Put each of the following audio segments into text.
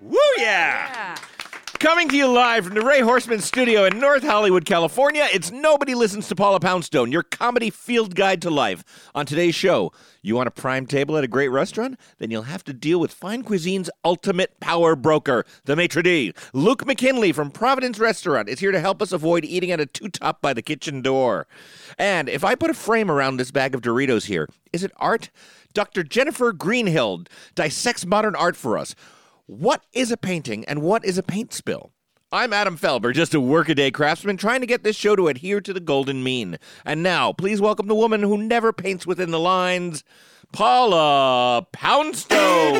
Woo yeah! Coming to you live from the Ray Horseman Studio in North Hollywood, California, it's Nobody Listens to Paula Poundstone, your comedy field guide to life. On today's show, you want a prime table at a great restaurant? Then you'll have to deal with fine cuisine's ultimate power broker, the maitre d'. Luke McKinley from Providence Restaurant is here to help us avoid eating at a two-top by the kitchen door. And if I put a frame around this bag of Doritos here, is it art? Dr. Jennifer Greenhill dissects modern art for us. What is a painting and what is a paint spill? I'm Adam Felber, just a workaday craftsman trying to get this show to adhere to the golden mean. And now, please welcome the woman who never paints within the lines, Paula Poundstone.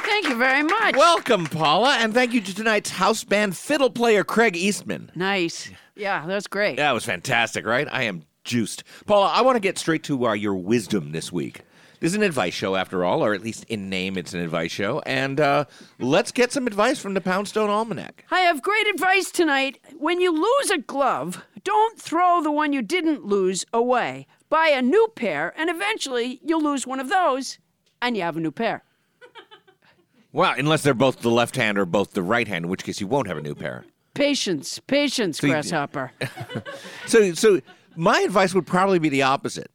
Thank you very much. welcome, Paula, and thank you to tonight's house band fiddle player, Craig Eastman. nice. Yeah, that's great. That was fantastic, right? I am juiced. Paula, I want to get straight to uh, your wisdom this week. This is an advice show, after all, or at least in name, it's an advice show. And uh, let's get some advice from the Poundstone Almanac. I have great advice tonight. When you lose a glove, don't throw the one you didn't lose away. Buy a new pair, and eventually you'll lose one of those, and you have a new pair. Well, unless they're both the left hand or both the right hand, in which case you won't have a new pair. Patience, patience, you- grasshopper. So, so my advice would probably be the opposite.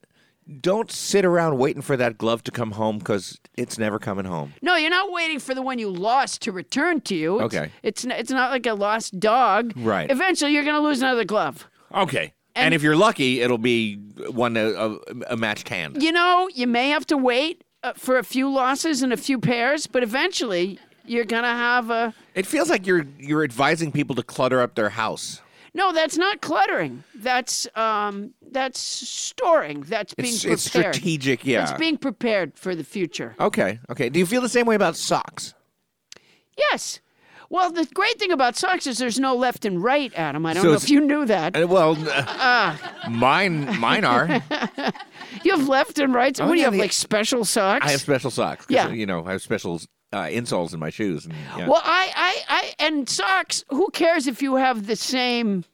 Don't sit around waiting for that glove to come home because it's never coming home. No, you're not waiting for the one you lost to return to you. It's, Okay. It's, n- it's not like a lost dog. Right. Eventually, you're going to lose another glove. Okay. And, if you're lucky, it'll be one a, a, a matched hand. You know, you may have to wait uh, for a few losses and a few pairs, but eventually you're going to have a. It feels like you're you're advising people to clutter up their house. No, that's not cluttering. That's um, that's storing. That's being It's, prepared. it's strategic, yeah. It's being prepared for the future. okay, okay. Do you feel the same way about socks? Yes. Well, the great thing about socks is there's no left and right, Adam. I don't So know it's- if you knew that. Uh, well, mine mine are. You have left and rights. what do you Oh, yeah, have, the- like special socks? I have special socks. 'cause, Yeah. you know I have special uh, insoles in my shoes. And, yeah. Well, I, I, I, and socks. Who cares if you have the same?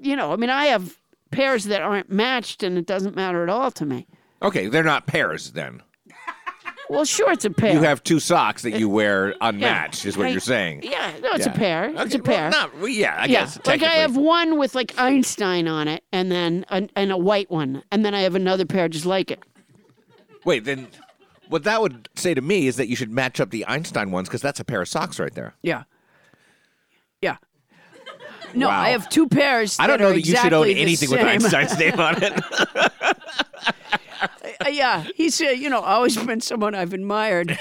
You know, I mean, I have pairs that aren't matched, and it doesn't matter at all to me. Okay, they're not pairs then. Well, sure, it's a pair. You have two socks that you wear unmatched, is what I- you're saying. yeah, no, it's a Yeah. pair. it's Okay, a pair. Well, not, well, yeah, I yeah, guess. like I technically. have one with like Einstein on it, and then an, and a white one, and then I have another pair just like it. Wait, then what that would say to me is that you should match up the Einstein ones because that's a pair of socks right there. Yeah, yeah. No, Wow. I have two pairs. I don't know are that you should own exactly the anything with same. Einstein's name on it. Uh, yeah, he's uh, you know always been someone I've admired.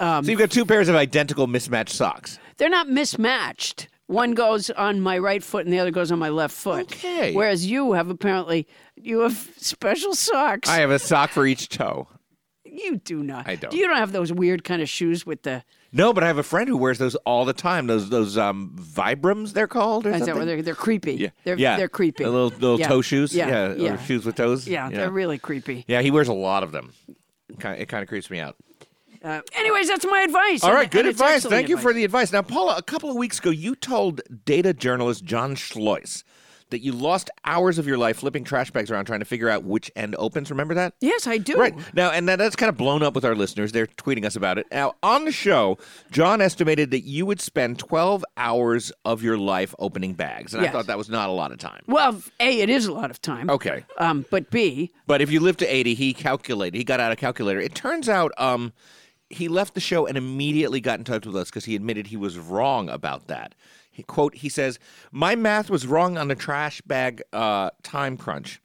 Um, so you've got two pairs of identical mismatched socks. they're not mismatched. One goes on my right foot and the other goes on my left foot. Okay. Whereas you have apparently you have special socks. I have a sock for each toe. you do not. I don't. You don't have those weird kind of shoes with the. No, but I have a friend who wears those all the time. Those those um Vibrams they're called or Is that something. where they're, they're creepy? yeah. They're yeah. they're creepy. The little little Yeah. toe shoes. Yeah. Yeah. Yeah. Or shoes with toes. Yeah, they're really creepy. Yeah, he wears a lot of them. Ki- It kind of creeps me out. Uh, anyways, that's my advice. All and- right, good and it's advice. excellent Thank you for the advice. Now, Paula, a couple of weeks ago, you told data journalist John Schlois that you lost hours of your life flipping trash bags around trying to figure out which end opens. Remember that? Yes, I do. Right. Now, and that, that's kind of blown up with our listeners. They're tweeting us about it. Now, on the show, John estimated that you would spend 12 hours of your life opening bags. And I Yes. thought that was not a lot of time. Well, A, it is a lot of time. Okay. Um, but B, But if you live to 80, he calculated. He got out a calculator. It turns out um, he left the show and immediately got in touch with us because he admitted he was wrong about that. He, quote, he says, My math was wrong on the trash bag uh, time crunch.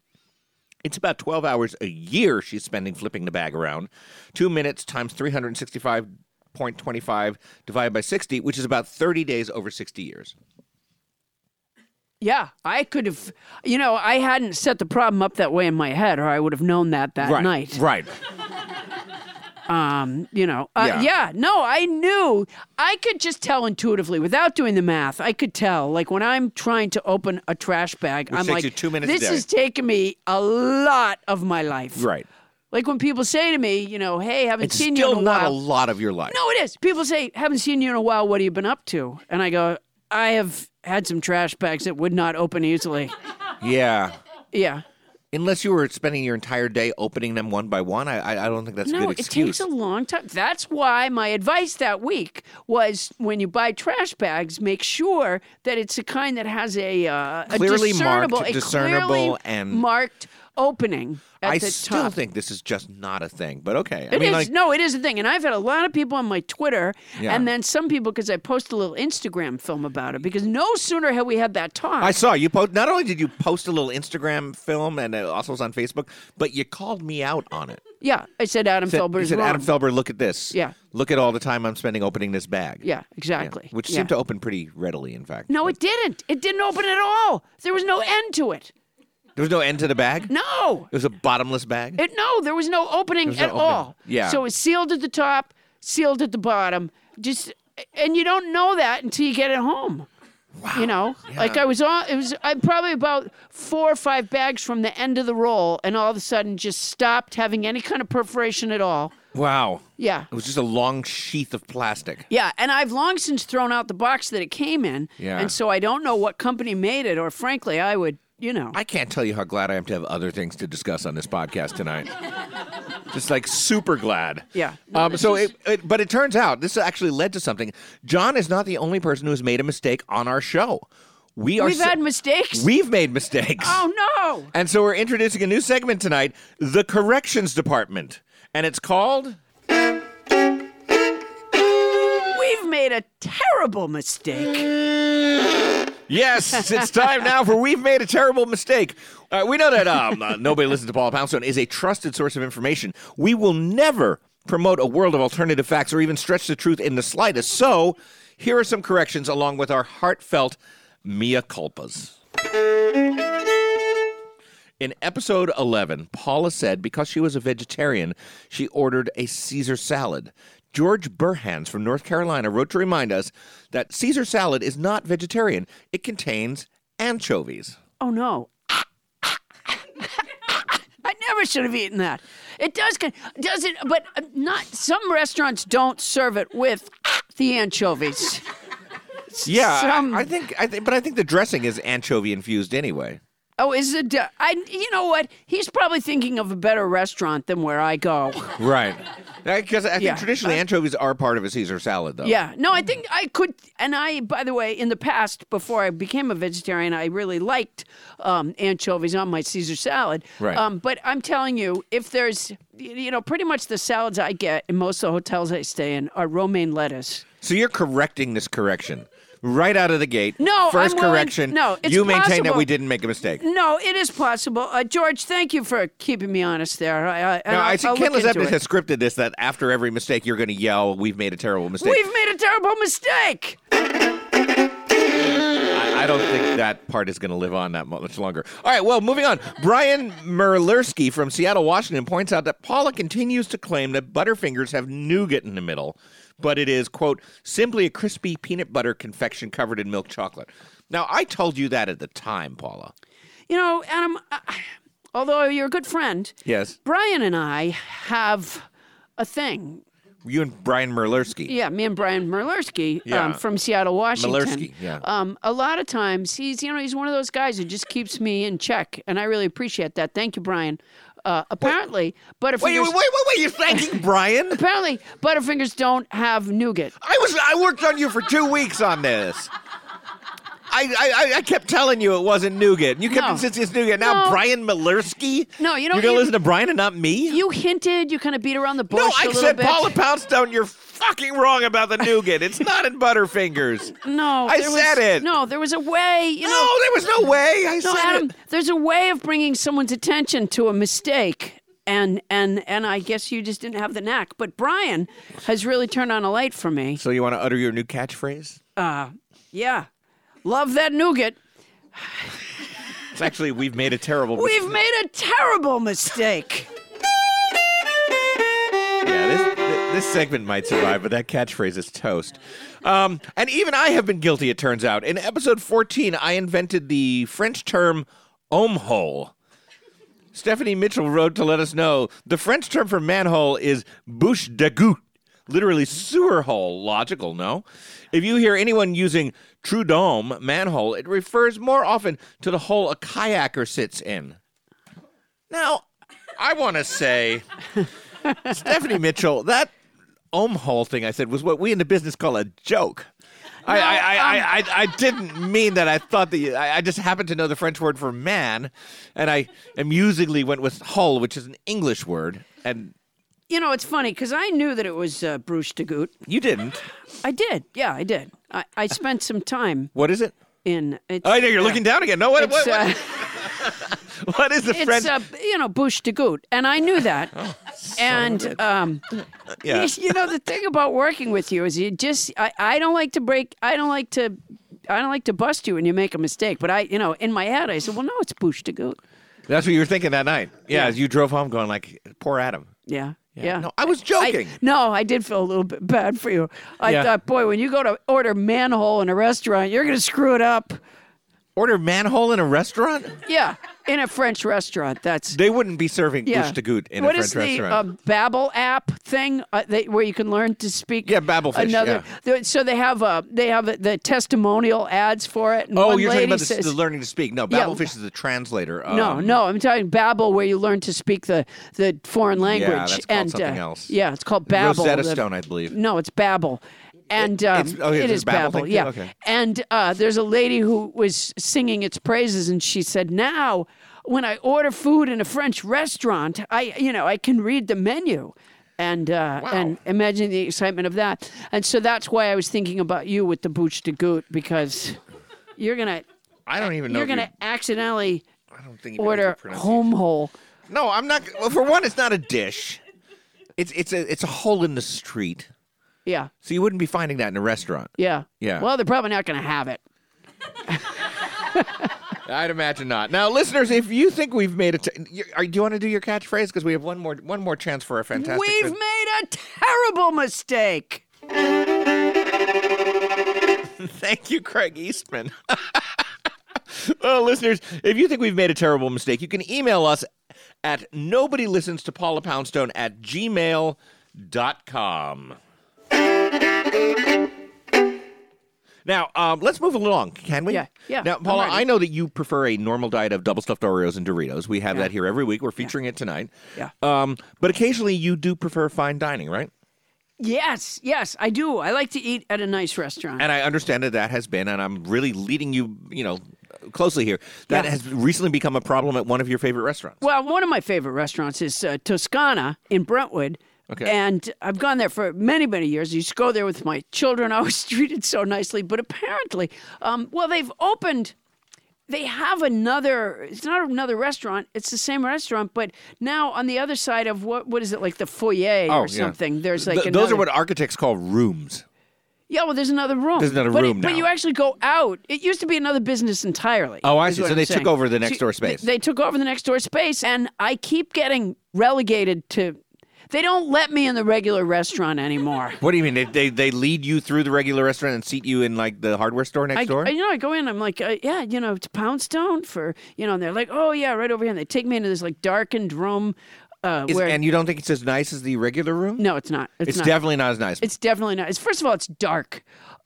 It's about 12 hours a year she's spending flipping the bag around. Two minutes times 365.25 divided by 60, which is about 30 days over 60 years. yeah, I could have, you know, I hadn't set the problem up that way in my head, or I would have known that that right. night. Right. Um, you know, uh, Yeah. yeah. no, I knew I could just tell intuitively without doing the math. I could tell, like when I'm trying to open a trash bag, I'm takes like, you two minutes a this day." has taken me a lot of my life. Right. Like when people say to me, you know, hey, haven't It's seen you in still a not a while. lot of your life. No, it is. People say, haven't seen you in a while. What have you been up to? And I go, I have had some trash bags that would not open easily. Yeah. yeah. Unless you were spending your entire day opening them one by one, I I, I don't think that's a No, good it excuse. takes a long time. That's why my advice that week was when you buy trash bags, make sure that it's a kind that has a, uh, a Clearly marked, discernible, a discernible clearly and- marked opening at I the still top. think this is just not a thing, but okay. I It mean, is. like, no, it is a thing. And I've had a lot of people on my Twitter, Yeah. and then some people, because I post a little Instagram film about it, because no sooner had we had that talk. I saw you post. Not only did you post a little Instagram film and it also was on Facebook, but you called me out on it. yeah, I said Adam Said- Felber you is said, wrong. Adam Felber, look at this. Yeah. Look at all the time I'm spending opening this bag. yeah, Yeah. exactly. Which Yeah. seemed to open pretty readily, in fact. No, it didn't. It didn't open at all. There was no end to it. There was no end to the bag? No. It was a bottomless bag? It, no, there was no opening no at opening. all. Yeah. So it's sealed at the top, sealed at the bottom. Just and you don't know that until you get it home. Wow. You know, like I was on. It was I'm probably about four or five bags from the end of the roll, and all of a sudden just stopped having any kind of perforation at all. wow. Yeah. It was just a long sheath of plastic. Yeah, and I've long since thrown out the box that it came in, Yeah. and so I don't know what company made it, or frankly, I would, you know, I can't tell you how glad I am to have other things to discuss on this podcast tonight. just like super glad. Yeah. Um, so, it, it, but it turns out this actually led to something. John is not the only person who has made a mistake on our show. We are. we've se- had mistakes. We've made mistakes. oh no! And so we're introducing a new segment tonight, the Corrections Department, and it's called. We've made a terrible mistake. Yes, it's time now for We've Made a Terrible Mistake. Uh, we know that um, uh, Nobody Listens to Paula Poundstone is a trusted source of information. We will never promote a world of alternative facts or even stretch the truth in the slightest. So here are some corrections along with our heartfelt mea culpas. In episode 11, Paula said because she was a vegetarian, she ordered a Caesar salad. George Burhans from North Carolina wrote to remind us that Caesar salad is not vegetarian, it contains anchovies. Oh no. I never should have eaten that. It does con- does it but uh, not some restaurants don't serve it with the anchovies. Yeah, Some- I, I think, I think, but I think the dressing is anchovy infused anyway. Oh, is it uh, I you know what? He's probably thinking of a better restaurant than where I go. Right. Because I think Yeah. Uh, traditionally anchovies are part of a Caesar salad, though. Yeah. No, I think I could. And I, by the way, in the past, before I became a vegetarian, I really liked um, anchovies on my Caesar salad. Right. Um, but I'm telling you, if there's, you know, pretty much the salads I get in most of the hotels I stay in are romaine lettuce. So you're correcting this correction right out of the gate. No, first I'm willing- correction. no, it's you maintain that possible. we didn't make a mistake. No, it is possible. Uh, George, thank you for keeping me honest there. I, I, and I'll, No, I see I'll look Candace into Evans it. has scripted this that after every mistake you're going to yell, "We've made a terrible mistake." We've made a terrible mistake. I, I don't think that part is going to live on that mu- much longer. All right, well, moving on. Brian Merlersky from Seattle, Washington, points out that Paula continues to claim that Butterfingers have nougat in the middle, but it is quote simply a crispy peanut butter confection covered in milk chocolate. Now, I told you that at the time, Paula. You know, Adam, uh, although you're a good friend, Yes. Brian and I have a thing. you and Brian Merlersky. Yeah, me and Brian Merlersky Yeah. um, from Seattle, Washington. Milersky, yeah. Um, a lot of times he's you know he's one of those guys who just keeps me in check, and I really appreciate that. Thank you, Brian. Uh, apparently, Butterfingers. Wait, wait, wait, wait, wait! You're thanking Brian? Apparently, Butterfingers don't have nougat. I was I worked on you for two weeks on this. I I, I- I kept telling you it wasn't nougat. You kept No. insisting it's nougat. Now No. Brian Milersky. No, you know, you're gonna you- listen to Brian and not me. You hinted. You kind of beat around the bush no, a I little said bit. Paula Poundstone. You're fucking wrong about the nougat. It's not in Butterfingers. no, I there said was, it. No, there was a way. You know, No, there was no way. I No, said Adam, it. there's a way of bringing someone's attention to a mistake. And, and and I guess you just didn't have the knack. But Brian has really turned on a light for me. So you want to utter your new catchphrase? Yeah. Love that nougat. It's actually we've made a terrible. We've made a terrible mistake. Yeah, this, th- this segment might survive, but that catchphrase is toast. Um, and even I have been guilty, it turns out. In episode 14, I invented the French term omhole. Stephanie Mitchell wrote to let us know the French term for manhole is bouche de goutte, literally sewer hole. Logical, no? If you hear anyone using true dome, manhole, it refers more often to the hole a kayaker sits in. Now, I want to say. Stephanie Mitchell, that ohm hole thing I said was what we in the business call a joke. I, um, I, I, I, I, I didn't mean that. I thought that you, I, I just happened to know the French word for man, and I amusingly went with hull, which is an English word, and You know, it's funny because I knew that it was uh, Bruce de Goot. you didn't. I did. Yeah, I did. I, I spent some time What is it? Oh, in. It's, I know you're yeah. looking down again. No, what, It's, what, what, uh, what is the it's French? uh, you know, Bush de Goot. And I knew that. and um, Oh, yeah. You know the thing about working with you is you just I, I don't like to break I don't like to I don't like to bust you when you make a mistake. But I you know in my head I said well no it's bush to go That's what you were thinking that night. Yeah, Yeah. as you drove home, going like, "Poor Adam." yeah yeah. No, I was I- joking. no, I did feel a little bit bad for you. I Yeah. thought, boy, when you go to order manhole in a restaurant, you're going to screw it up. Order manhole in a restaurant? Yeah, in a French restaurant, that's They wouldn't be serving yeah. bouche de goutte in What a French is restaurant. the um, Babbel app thing uh, they, where you can learn to speak? Yeah, Babbelfish, Another. the- So they have uh, they have uh, the testimonial ads for it. And Oh, one you're talking lady about the, says, the learning to speak. No, Yeah. Babelfish is the translator. Um, No, no, I'm talking Babbel, where you learn to speak the, the foreign language. that's called and, something uh, else. Yeah, it's called Babbel. Rosetta the- Stone, I believe. No, it's Babbel. And um, it's- oh, yeah, it there's is a Babbel Babbel, thing too? yeah. Okay. And uh, there's a lady who was singing its praises, and she said, "Now, when I order food in a French restaurant, I, you know, I can read the menu." And uh, and imagine the excitement of that, and so that's why I was thinking about you with the bouche de gout because you're gonna I don't even know. you're if you- gonna accidentally I don't think you order home hole. No, I'm not. Well, for one, it's not a dish. It's it's a it's a hole in the street. Yeah, So you wouldn't be finding that in a restaurant. yeah, Yeah. Well, they're probably not going to have it. I'd imagine not. Now, listeners, if you think we've made a, t- you- are, do you want to do your catchphrase? Because we have one more one more chance for a fantastic. We've fin- made a terrible mistake. Thank you, Craig Eastman. well, listeners, if you think we've made a terrible mistake, you can email us at nobody listens to Paula Poundstone at gmail.com. Now, um, let's move along, can we? Yeah, yeah, Now, I'm Paula, ready. I know that you prefer a normal diet of double stuffed Oreos and Doritos. We have that here every week. We're featuring it tonight. Yeah. Um, but occasionally you do prefer fine dining, right? Yes, yes, I do. I like to eat at a nice restaurant. and I understand that that has been, and I'm really leading you, you know, closely here. That Yeah. has recently become a problem at one of your favorite restaurants. well, one of my favorite restaurants is uh, Toscana in Brentwood. Okay. And I've gone there for many, many years. I used to go there with my children. I was treated so nicely. But apparently, um, well, they've opened. They have another. It's not another restaurant. It's the same restaurant, but now on the other side of what what is it like the foyer Oh, yeah. or something? There's like Th- another, those are what architects call rooms. Yeah, well, there's another room. There's another but room it, But now. you actually go out. It used to be another business entirely. Oh, I is see. what So I'm they took saying. over the next door space. They, took over the next door space, and I keep getting relegated to. They don't let me in the regular restaurant anymore. What do you mean? They, they they lead you through the regular restaurant and seat you in like the hardware store next I, door? I- you know, I go in. I'm like, uh, yeah, you know, it's Poundstone for you know. And they're like, oh yeah, right over here. And they take me into this like darkened room. uh, Is- where and you don't think it's as nice as the regular room? no, it's not. It's, it's not. definitely not as nice. it's definitely not. It's first of all, it's dark.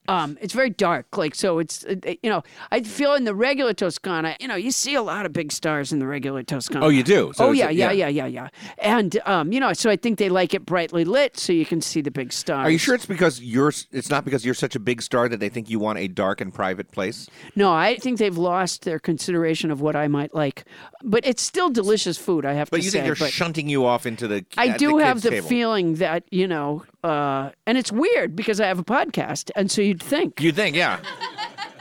Um, it's very dark. Like so, it's uh, you know, I feel in the regular Toscana, you know, you see a lot of big stars in the regular Toscana. oh, you do. So oh it's- yeah, yeah, yeah, yeah, yeah, and um, you know, so I think they like it brightly lit, so you can see the big stars. Are you sure it's because you're? s- It's not because you're such a big star that they think you want a dark and private place. No, I think they've lost their consideration of what I might like, but it's still delicious food. I have But to you say. think they're but- shunting you off into the. I at do the have kids' the table. feeling that, you know, uh, and it's weird because I have a podcast. And so you'd think. You think, yeah.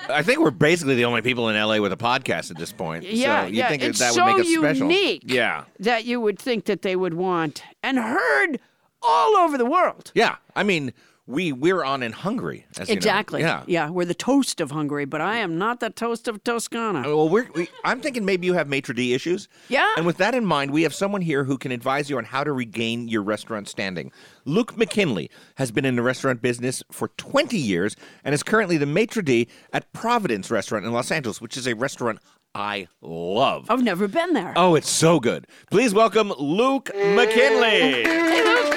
I think we're basically the only people in LA with a podcast at this point. Yeah, so you yeah, think that it's that would make so us special. unique. Yeah. that you would think that they would want and heard all over the world. Yeah. I mean, we we're on in Hungary as you know. Exactly. Yeah. Yeah. We're the toast of Hungary, but I am not the toast of Toscana. Well, we're, we, I'm thinking maybe you have maitre d' issues. Yeah. And with that in mind, we have someone here who can advise you on how to regain your restaurant standing. Luke McKinley has been in the restaurant business for 20 years and is currently the maitre d' at Providence Restaurant in Los Angeles, which is a restaurant I love. I've never been there. Oh, it's so good. Please welcome Luke McKinley. Hey, Luke,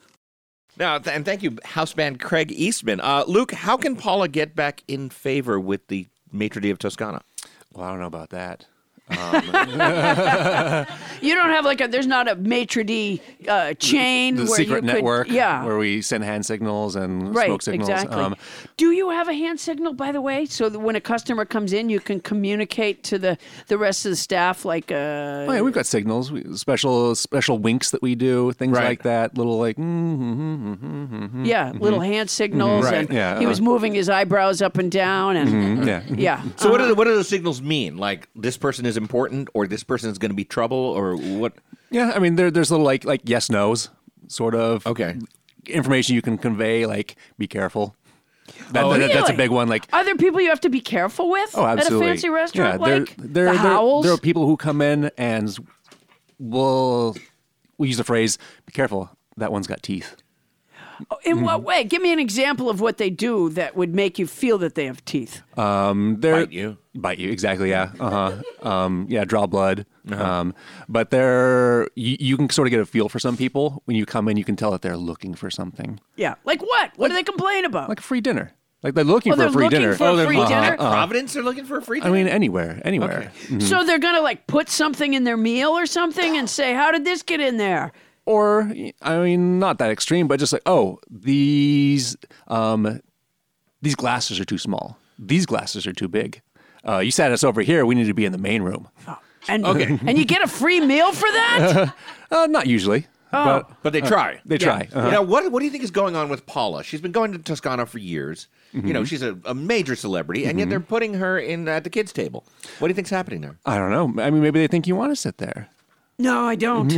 Now, th- and thank you, house band Craig Eastman. Uh, Luke, how can Paula get back in favor with the maitre d' of Toscana? Well, I don't know about that. You don't have like a, there's not a maitre d' uh, chain The where you secret could, network, yeah. where we send hand signals and Right, smoke signals. exactly. Um, Do you have a hand signal, by the way, so that when a customer comes in, you can communicate to the, the rest of the staff, like uh, oh yeah, we've got signals, we, special special winks that we do, things Right. like that. Little like, mm-hmm, mm-hmm, mm-hmm. yeah, little hand signals, and Right, yeah, he was uh. Mm-hmm. moving his eyebrows up and down, and yeah. yeah. So, what, do the, what do those signals mean? Like, this person is important, or this person is going to be trouble, or what? Yeah, I mean, there, there's little like like yes nos sort of Okay. information you can convey, like be careful. That, that- Really? That's a big one. Like Are there people you have to be careful with oh, absolutely. at a fancy restaurant yeah, there, like there, the there, Howells? there are people who come in and will we use the phrase "be careful." That one's got teeth. Oh, In Mm-hmm. what way? Give me an example of what they do that would make you feel that they have teeth. They're, Bite you. Bite you. Exactly. Yeah. Uh huh. um, yeah. Draw blood. Uh-huh. Um, but they're you, you can sort of get a feel for some people when you come in. You can tell that they're looking for something Yeah, like what? What do they complain about? like a free dinner. Like they're looking Oh, for they're a free looking dinner. for a Oh, they're free looking- dinner? Uh-huh. Providence, they're looking for a free I dinner? mean, anywhere, anywhere. Mm. so they're gonna like put something in their meal or something and say, "How did this get in there?" or I mean, not that extreme, but just like, oh, these um, these glasses are too small. These glasses are too big. Uh, you sat us over here. We need to be in the main room. And, and you get a free meal for that? Uh, not usually, Oh. but But they try. uh, they try. Uh-huh. Now, what what do you think is going on with Paula? She's been going to Toscana for years. You Mm-hmm. know, she's a, a major celebrity, and yet they're putting her in at the kids' table. What do you think's happening there? I don't know. I mean, maybe they think you want to sit there. no, I don't.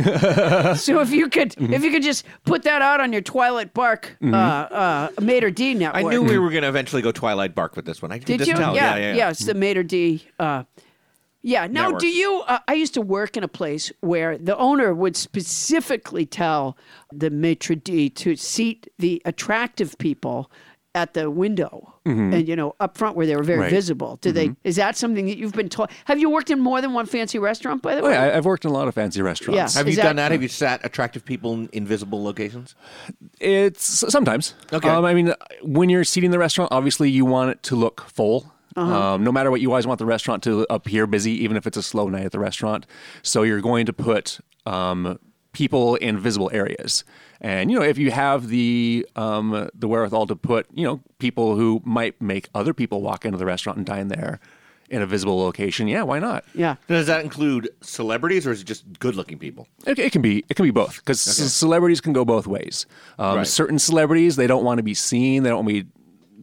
so if you could, if you could just put that out on your Twilight Bark Mm-hmm. uh, uh, Mater D network. I knew we were going to eventually go Twilight Bark with this one. I could Hmm. Did just you? Tell. Yeah, yeah, yeah, Hmm. Yes, the Mater D. Uh, yeah. Now, Network. do you? Uh, I used to work in a place where the owner would specifically tell the maitre d to seat the attractive people at the window Mm-hmm. and you know up front where they were very Right. visible. Do they? Is that something that you've been taught? Have you worked in more than one fancy restaurant? By the Oh, way, yeah, I- I've worked in a lot of fancy restaurants. Yeah. Have you Is that- done that? Have you sat attractive people in invisible locations? It's sometimes. Okay. Um, I mean, when you're seating the restaurant, obviously you want it to look full. Um, no matter what, you always want the restaurant to appear busy, even if it's a slow night at the restaurant. So you're going to put um, people in visible areas, and you know if you have the um, the wherewithal to put you know people who might make other people walk into the restaurant and dine there in a visible location, yeah, why not? yeah. Now, Does that include celebrities, or is it just good-looking people? It, it can be it can be both because celebrities can go both ways. Um, Right. Certain celebrities they don't want to be seen, they don't want to be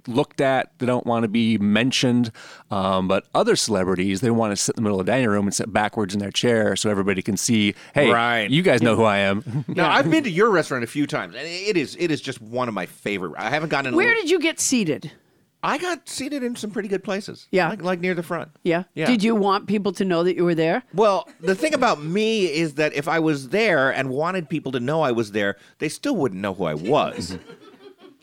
looked at, they don't want to be mentioned. Um, but other celebrities they want to sit in the middle of the dining room and sit backwards in their chair so everybody can see. Hey, Right. you guys know who I am. Now, I've been to your restaurant a few times, and it is it is just one of my favorite. I haven't gotten. in a Where little- did you get seated? I got seated in some pretty good places? Yeah. like, like near the front. Yeah. Yeah. Did you want people to know that you were there? Well, the thing about me is that if I was there and wanted people to know I was there, they still wouldn't know who I was.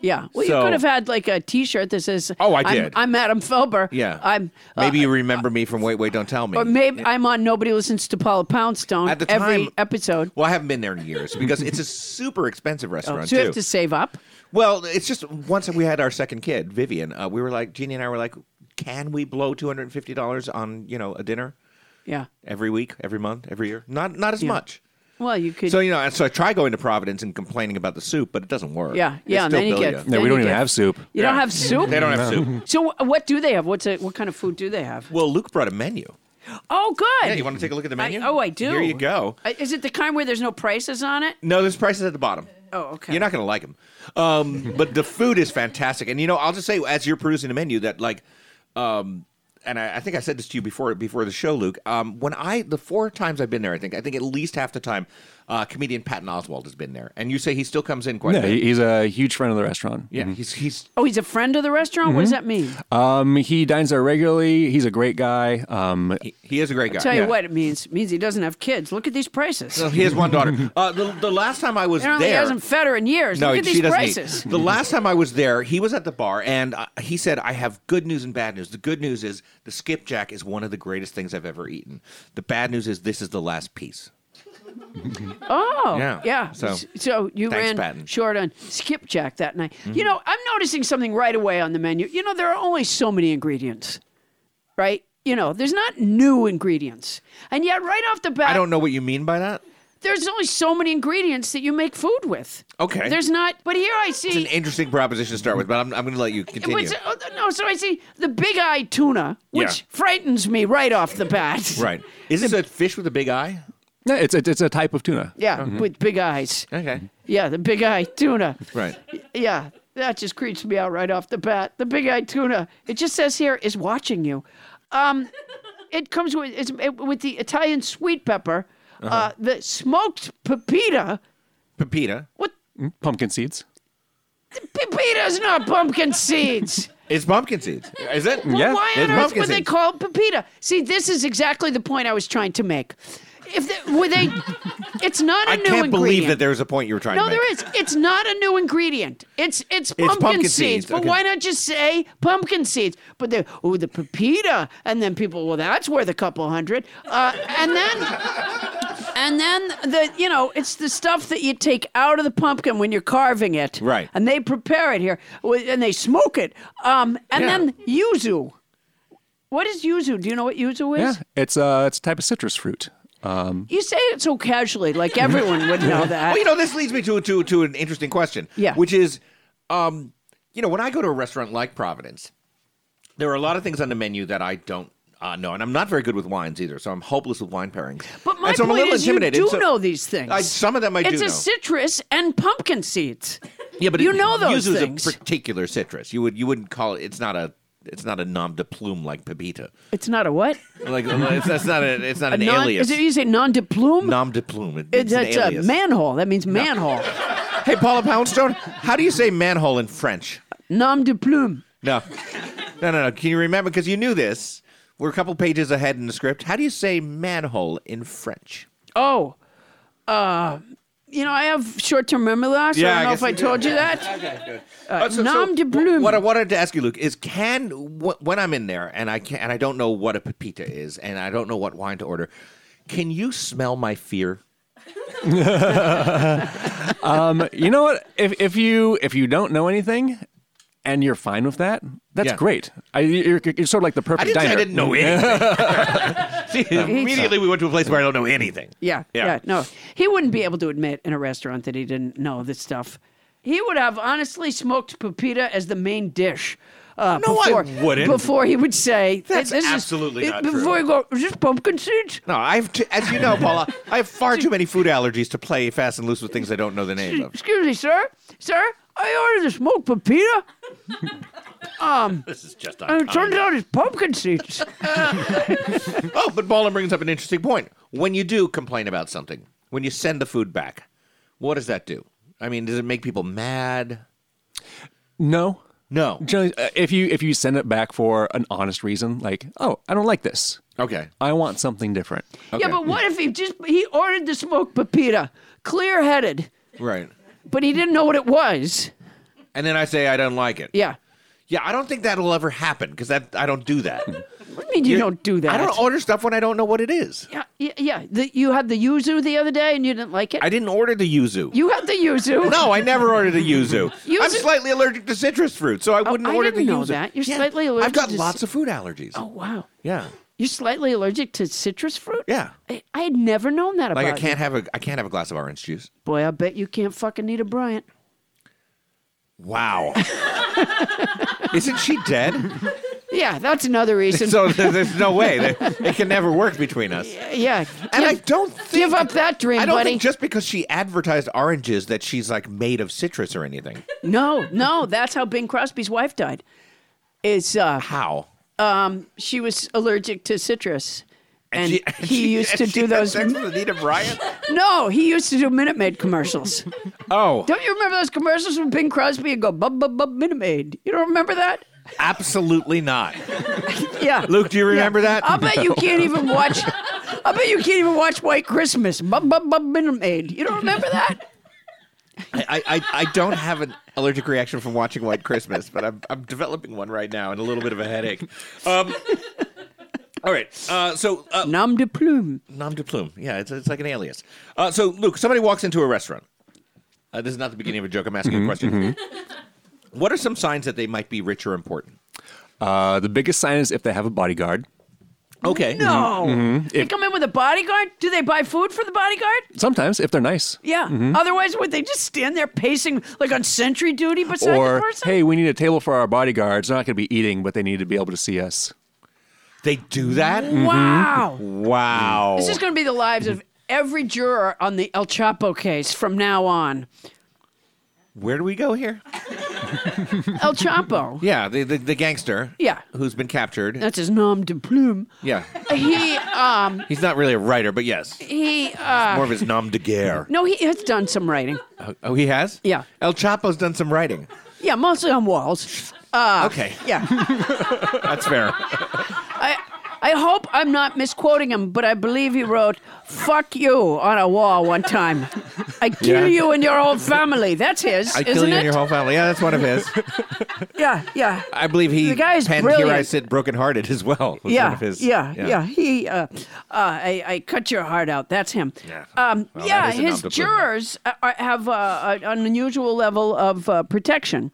Yeah. Well, So- you could have had like a T-shirt that says, Oh, I I'm- did. I'm, Adam Felber. Yeah. I'm uh, Maybe you remember me from Wait, Wait, Don't Tell Me. Or maybe I'm on Nobody Listens to Paula Poundstone At the every time- episode. well, I haven't been there in years because it's a super expensive restaurant Oh, So you too. have to save up. Well, it's just once we had our second kid, Vivian, uh, we were like Jeannie and I were like, can we blow two hundred and fifty dollars on you know a dinner Yeah. every week, every month, every year? Not not as much. Well, you could. So you know, and so I try going to Providence and complaining about the soup, but it doesn't work. yeah. They Yeah. And still then you bill get. you. No, then we don't you even get- have soup. You don't Yeah. have soup. They don't have soup. So wh- what do they have? What's a, what kind of food do they have? Well, Luke brought a menu. Oh, good. Yeah, you want to take a look at the menu? I, oh, I do. Here you go. I- Is it the kind where there's no prices on it? No, there's prices at the bottom. Oh, okay. You're not going to like them. Um, but the food is fantastic. And, you know, I'll just say, as you're perusing the menu, that, like, um, and I, I think I said this to you before before the show, Luke. Um, when I the four times I've been there, I think I think at least half the time, uh, comedian Patton Oswald has been there, and you say he still comes in quite Yeah, a bit. he- mm-hmm. he's a huge friend of the restaurant. yeah, he's he's Oh, he's a friend of the restaurant. What does Mm-hmm. that mean? Uh, Um, he dines there regularly. He's a great guy. Um, he, he is a great guy. Tell yeah. you what it means. It means he doesn't have kids. Look at these prices. So he has one daughter. Uh, the, the last time I was Apparently, he there, hasn't fed her in years. Look at she these doesn't eat. prices. The last time I was there, he was at the bar and uh, he said, I have good news and bad news. The good news is the skipjack is one of the greatest things I've ever eaten. The bad news is this is the last piece. Oh, Yeah. yeah. So- So, so you Thanks, ran Patton. Mm-hmm. short on skipjack that night. You know, I'm noticing something right away on the menu. You know, there are only so many ingredients, right? You know, there's not new ingredients. And yet, right off the bat, I don't know what you mean by that. there's only so many ingredients that you make food with. Okay. There's not, but here I see. It's an interesting proposition to start with, but I'm, I'm going to let you it continue. was- oh, no, so I see the big eye tuna, which Yeah. frightens me right off the bat. right. Is this a fish with a big eye? no, it's a, it's a type of tuna. Yeah, Mm-hmm. with big eyes. Okay. Yeah, the big eye tuna. Right. Yeah, that just creeps me out right off the bat. The big eyed tuna. It just says here is watching you. Um, it comes with it's, it, with the Italian sweet pepper, uh Uh-huh. the smoked pepita. Pepita. What Pumpkin seeds. pepita is not pumpkin seeds. It's pumpkin seeds. Is it? Yeah, Why it's on earth pumpkin would they seeds. call it pepita? See, this is exactly the point I was trying to make. If they, were they, it's not a I new can't believe ingredient. that there's a point you were trying No, to make. there is. It's not a new ingredient. It's it's pumpkin, pumpkin seeds. seeds, But okay. why not just say pumpkin seeds? But they oh the pepita, and then people well that's worth a couple hundred, uh, and then. And then the you know it's the stuff that you take out of the pumpkin when you're carving it, Right. And they prepare it here, wi- and they smoke it. Um, and Yeah. then yuzu. What is yuzu? Do you know what yuzu is? uh, Yeah, it's a it's a type of citrus fruit. you say it so casually, like everyone would know that. Well, you know, this leads me to to to an interesting question. Yeah. Which is, um, you know, when I go to a restaurant like Providence, there are a lot of things on the menu that I don't. Uh, know, and I'm not very good with wines either, so I'm hopeless with wine pairings. But my and so I'm a point little is, you intimidated. do so- know these things. I- some of them I do it's a know. citrus and pumpkin seeds. Yeah, but you it know those usually is things. a particular citrus. You would you wouldn't call it. It's not a it's not a nom de plume like pepita. It's not a what? Like it's, that's not a it's not an non, alias. Is it you say non de plume? nom de plume. It- it's it's an a alias. manhole. That means manhole. Hey, Paula Poundstone, how do you say manhole in French? Nom de plume. No, no, no, no. Can you remember? Because you knew this. We're a couple pages ahead in the script. How do you say manhole in French? Oh, uh, you know, I have short term memory loss. Yeah, I don't I know if guess I you do. told you that. Uh, nom de plume. What I wanted to ask you, Luke, is can wh- when I'm in there and I can and I don't know what a pepita is and I don't know what wine to order, can you smell my fear? you know what? If if you if you don't know anything and you're fine with that, that's Yeah. great. I, you're, you're sort of like the I perfect didn't say diner. I didn't know anything. See, immediately we went to a place where I don't know anything. Yeah, yeah, Yeah. No, he wouldn't be able to admit in a restaurant that he didn't know this stuff. He would have honestly smoked pepita as the main dish. Uh, No, I before, wouldn't. Before he would say, That's this is- absolutely it- not Before true. he go, is this pumpkin seeds? No, I have, t- as you know, Paula, I have far too many food allergies to play fast and loose with things I don't know the name of. Excuse me, sir. Sir, I ordered a smoked pepita. This is just And it turns out it's pumpkin seeds. Oh, but Paula brings up an interesting point. When you do complain about something, when you send the food back, what does that do? I mean, does it make people mad? No. No. Generally, uh, if you if you send it back for an honest reason, like, oh, I don't like this. Okay. I want something different. Yeah, but what if he just he ordered the smoked pepita, clear headed, Right. but he didn't know what it was. And then I say I don't like it. Yeah. Yeah, I don't think that'll ever happen because that I don't do that. What do you mean you don't do that? I don't order stuff when I don't know what it is. Yeah, yeah, yeah. The, you had the yuzu the other day and you didn't like it. I didn't order the yuzu. you had the yuzu. no, I never ordered a yuzu. I'm Yuzu- slightly allergic to citrus fruit, so I wouldn't Oh, I order didn't the know yuzu. that. You're slightly allergic I've got to ci- lots of food allergies. Oh wow. Yeah. You're slightly allergic to citrus fruit. Yeah. I, I had never known that about Like I you. can't have a I can't have a glass of orange juice. Boy, I bet you can't fucking need a Bryant. Wow. Isn't she dead? Yeah, that's another reason. So there- there's no way. There- It can never work between us. yeah. And I give, don't think give up that dream, I don't buddy. think just because she advertised oranges that she's like made of citrus or anything. no, no, that's how Bing Crosby's wife died. Is uh, How? um, she was allergic to citrus, and She- he she- used to she do had those. Sex with Anita Bryant. No, he used to do Minute Maid commercials. Oh, Don't you remember those commercials when Bing Crosby would go bub bub bub Minute Maid? You don't remember that? absolutely not. Yeah. Luke, do you remember that? I bet you can't even watch. I bet you can't even watch White Christmas. Bub bub bub Minute Maid. You don't remember that? I, I, I don't have an allergic reaction from watching White Christmas, but I'm, I'm developing one right now and a little bit of a headache. Um, all right. Uh, so, uh, Nom de plume. nom de plume. Yeah, it's, it's like an alias. Uh, so, Luke, somebody walks into a restaurant. Uh, this is not the beginning of a joke. I'm asking a question. What are some signs that they might be rich or important? Uh, the biggest sign is if they have a bodyguard. Okay. No. Mm-hmm. They come in with a bodyguard. Do they buy food for the bodyguard? Sometimes if they're nice. Yeah. Mm-hmm. Otherwise, would they just stand there pacing like on sentry duty beside the Or person? hey, we need a table for our bodyguards. They're not going to be eating, but they need to be able to see us. They do that? Mm. wow. Wow. This is going to be the lives of every juror on the El Chapo case from now on. Where do we go here? El Chapo. Yeah, the, the, the gangster. Yeah. Who's been captured. That's his nom de plume. yeah. He, um, He's not really a writer, but yes. he, uh, More of his nom de guerre. no, he has done some writing. Oh, he has? Yeah. El Chapo's done some writing. Yeah, mostly on walls. okay, Ah, Yeah. that's fair. I, I hope I'm not misquoting him, but I believe he wrote, fuck you on a wall one time. I kill Yeah. you and your whole family. That's his, I isn't kill you it? and your whole family. Yeah, that's one of his. yeah, yeah. I believe he The guy is penned brilliant. Here I Sit Brokenhearted as well. was yeah, one of his- yeah, yeah, He, uh, uh, I, I cut your heart out. That's him. Yeah. um, Well, yeah. that is a His nom de plume. uh, jurors are, have uh, an unusual level of uh, protection.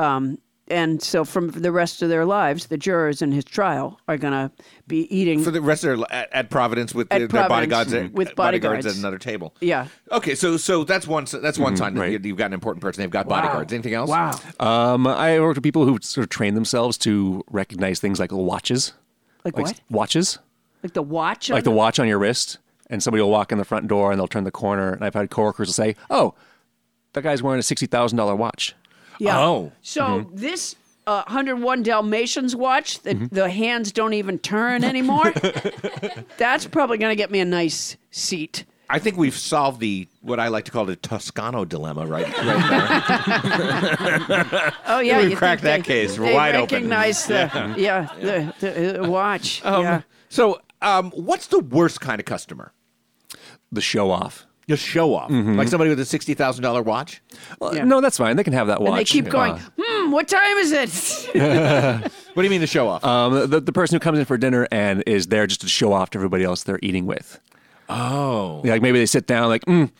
uh, Um, and so from the rest of their lives, the jurors in his trial are going to be eating. for the rest of their li- at, at Providence with At their, Providence, their bodyguards at, with bodyguards bodyguards. at another table. Yeah. Okay, so so that's one s- that's one sign that right. you- you've got an important person. They've got bodyguards. Anything else? wow. Um, I worked with people who sort of train themselves to recognize things like watches. Like what? Watches. Like the watch. Like on the the- watch on your wrist. And somebody will walk in the front door and they'll turn the corner. And I've had coworkers will say, oh, that guy's wearing a $60,000 watch. Yeah. Oh. So this uh, 101 Dalmatians watch that Mm-hmm. the hands don't even turn anymore. that's probably going to get me a nice seat. I think we've solved the what I like to call the Toscano dilemma, right? right now. Oh yeah, We've you think cracked that they- case they wide open. recognize open. The, yeah, the, the uh, watch. yeah. So, um, what's the worst kind of customer? The show off. Just show off, like somebody with a sixty thousand dollar watch. Well, Yeah. No, that's fine. They can have that watch. And they keep going. Uh, Hmm, what time is it? What do you mean the show off? Um, the, the person who comes in for dinner and is there just to show off to everybody else they're eating with. Oh. Like maybe they sit down, like, mm,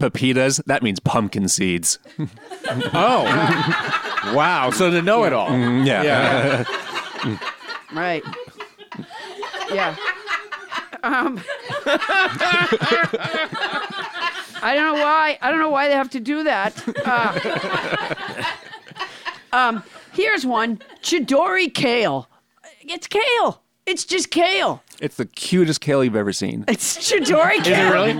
pepitas, that means pumpkin seeds. oh, wow! So the know it all. Yeah. right. Yeah. Um, I don't know why. I don't know why they have to do that. Uh, um, here's one: Chidori kale. It's kale. It's just kale. It's the cutest kale you've ever seen. It's Chidori kale. Is it really?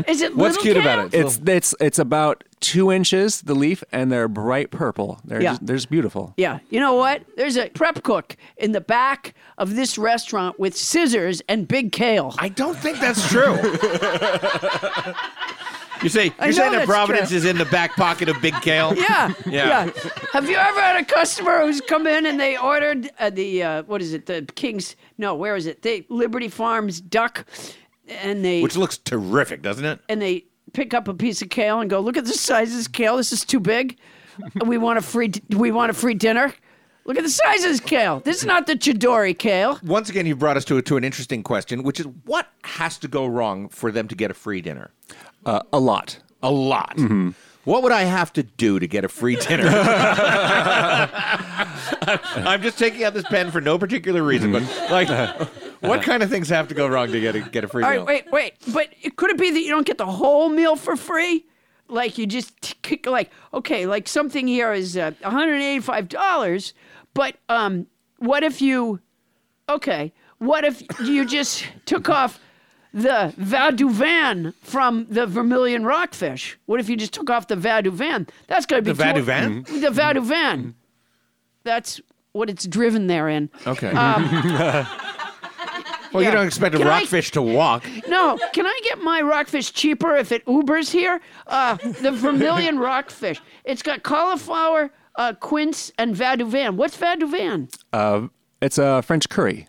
It's- it What's little cute kale? about it? It's it's it's about two inches the leaf, and they're bright purple. They're Yeah. just, they're just beautiful. Yeah. You know what? There's a prep cook in the back of this restaurant with scissors and big kale. I don't think that's true. you say you're know saying that that's Providence true. is in the back pocket of Big Kale. yeah, Yeah. Have you ever had a customer who's come in and they ordered uh, the uh, what is it? The King's no, where is it? The Liberty Farms duck, and they Which looks terrific, doesn't it? and they pick up a piece of kale and go, look at the size of this kale. This is too big. We want a free. We want a free dinner. Look at the size of this kale. This is not the Chidori kale. Once again, you brought us to, to an interesting question, which is what has to go wrong for them to get a free dinner? Uh, a lot. A lot. What would I have to do to get a free dinner? I'm just taking out this pen for no particular reason, but like, what kind of things have to go wrong to get a, get a free All meal? right, wait, wait. But it, could it be that you don't get the whole meal for free? Like you just t- kick, like okay, like something here is uh, one hundred eighty-five dollars, but um, what if you, okay, what if you just took off the Val du Vin from the Vermilion Rockfish? What if you just took off the Val du Vin? That's gonna be The Val two- du Vin? The Val du Vin. That's what it's driven there in. Okay. well, you yeah. don't expect a Can I- rockfish to walk. No, can I get my rockfish cheaper if it Ubers here? Uh, the vermilion rockfish. It's got cauliflower, uh, quince, and vadouvan. What's vadouvan? It's a French curry.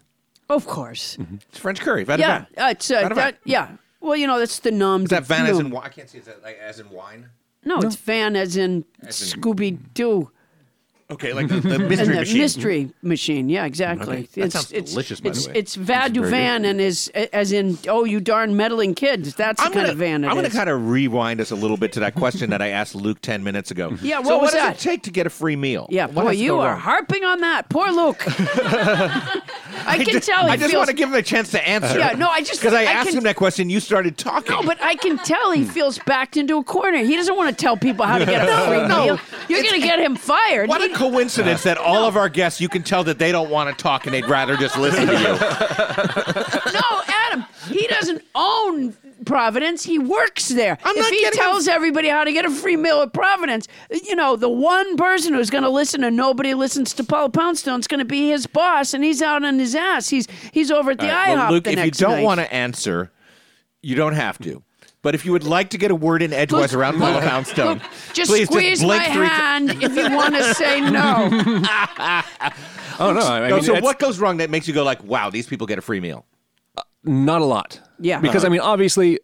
Of course. It's French curry. Vin au Yeah, vin. uh, it's uh, Vadouvan. that, yeah. Well, you know that's the nom. Is that van as in wine? I can't see. Is that like as in wine? No, it's van as in Scooby Doo Okay, like the, the mystery and the machine. mystery machine. Yeah, exactly. That sounds delicious, by the it's, way. It's vadouvan and is as in oh you darn meddling kids. That's the I'm kind gonna, of van it I'm gonna is. kind of rewind us a little bit to that question that I asked Luke ten minutes ago. Yeah, so what was what does that? it take to get a free meal? Yeah, what boy, has to you go are wrong? harping on that. Poor Luke. I can tell he I just feels. want to give him a chance to answer. Yeah, no, I just- because I, I asked can- him that question. You started talking. No, but I can tell he feels backed into a corner. He doesn't want to tell people how to get a free Hmm. no. meal. You're going to get him fired. what He- a coincidence that all of our guests, you can tell that they don't want to talk and they'd rather just listen to you. no, Adam, he doesn't own Providence. He works there. I'm if not he getting a- tells everybody how to get a free meal at Providence, you know, the one person who's going to listen and nobody listens to Paul Poundstone's going to be his boss, and he's out on his ass. He's he's over at the IHOP well, Luke, the if you next don't night. want to answer, you don't have to. But if you would like to get a word in edgewise Luke, around Paula Poundstone, Just please squeeze just blink my three ti- hand if you want to say no. Oh no! I No, mean, so it's what goes wrong that makes you go like, "Wow, these people get a free meal"? Not a lot. Yeah. Because I mean, obviously,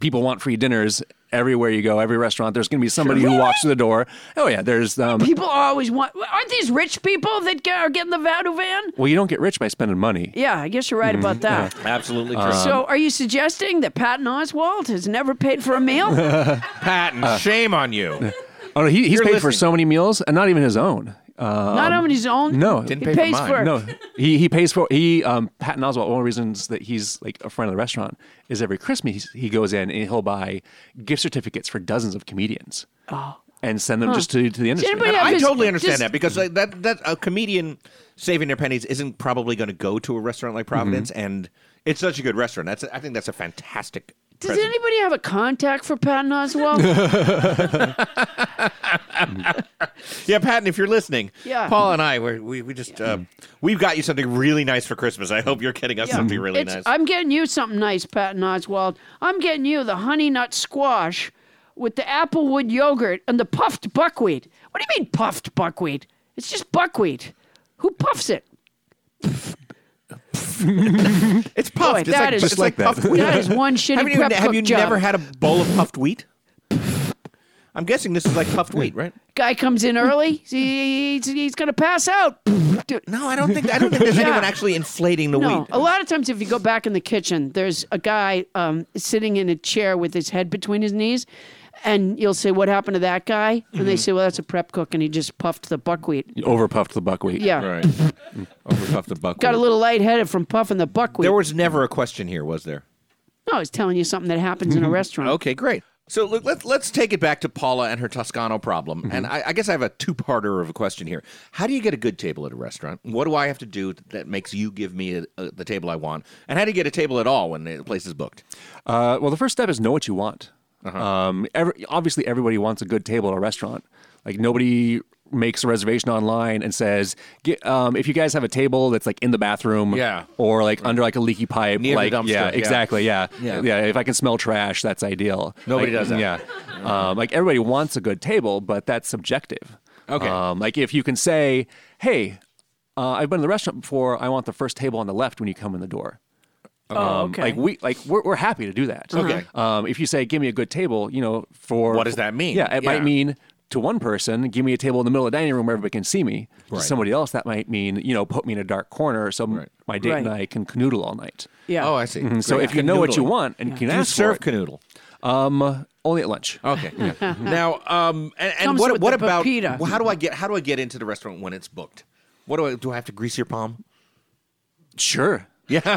people want free dinners everywhere you go. Every restaurant, there's going to be somebody who walks through the door. Oh yeah, there's. Um, People always want. Aren't these rich people that get, are getting the Vadu van? well, you don't get rich by spending money. Yeah, I guess you're right about that. Absolutely true. so, are you suggesting that Patton Oswald has never paid for a meal? Patton, shame on you. Oh no, he, he's You're paid for listening. so many meals, and not even his own. Uh, Not on his own. no. he Didn't pay for pays mine. No, he he pays for he um Patton Oswalt. One of the reasons that he's like a friend of the restaurant is every Christmas he's- he goes in and he'll buy gift certificates for dozens of comedians and send them just to, to the industry. Oh. anybody I Just- totally understand just- that because like, that that a comedian saving their pennies isn't probably going to go to a restaurant like Providence, Mm-hmm. and it's such a good restaurant. That's I think that's a fantastic. Does present. anybody have a contact for Patton Oswalt? yeah, Patton, if you're listening, Yeah. Paul and I, we're, we we just uh, we've got you something really nice for Christmas. I hope you're getting us something really It's- nice. I'm getting you something nice, Patton Oswald. I'm getting you the honey nut squash with the applewood yogurt and the puffed buckwheat. What do you mean puffed buckwheat? It's just buckwheat. Who puffs it? it's puffed. boy, it's that like, is- it's Just like, like that. puffed wheat. That is one shitty Haven't you, prep have cook you job. never had a bowl of puffed wheat? I'm guessing this is like puffed wheat, right? Guy comes in early. he- He's, he's going to pass out. Dude, No, I don't think I don't think there's anyone actually inflating the No, Oh. wheat. a lot of times if you go back in the kitchen, there's a guy um, sitting in a chair with his head between his knees, and you'll say, "What happened to that guy?" And Mm-hmm. they say, "Well, that's a prep cook, and he just puffed the buckwheat." You overpuffed the buckwheat. Yeah, Right. Over puffed the buckwheat. got a little lightheaded from puffing the buckwheat. There was never a question here, was there? no, I was telling you something that happens in a restaurant. Okay, great. So look, let, let's take it back to Paula and her Toscano problem. And I, I guess I have a two-parter of a question here. How do you get a good table at a restaurant? What do I have to do that makes you give me a, a, the table I want? And how do you get a table at all when the place is booked? Uh, well, the first step is know what you want. Uh-huh. Um, every, obviously, everybody wants a good table at a restaurant. Like nobody makes a reservation online and says, Get, um, "If you guys have a table that's like in the bathroom, Yeah. or like under like a leaky pipe, Near the like dumpster, yeah. yeah, exactly, yeah. Yeah. yeah, If I can smell trash, that's ideal. Nobody Like, does that. Yeah, um, like everybody wants a good table, but that's subjective. Okay. Um, like if you can say, "Hey, uh, I've been in the restaurant before. I want the first table on the left when you come in the door." Oh, Um, okay. Mm-hmm. Like we like we're, we're happy to do that. Okay. Um, if you say give me a good table, you know, for What does that mean? Yeah, it Yeah. might mean to one person, give me a table in the middle of the dining room where everybody can see me. To somebody else, that might mean you know, put me in a dark corner so m- my date and Right. I can canoodle all night. Yeah. Oh, I see. And Mm-hmm. so Great. if you know what you Canoodling. want and can Do you ask serve Oh. for it, canoodle? um, only at lunch. Okay. now, um, and, and Comes what, with what the about pepita. well, how do I get how do I get into the restaurant when it's booked? What do I do? I have to grease your palm? Sure. Yeah.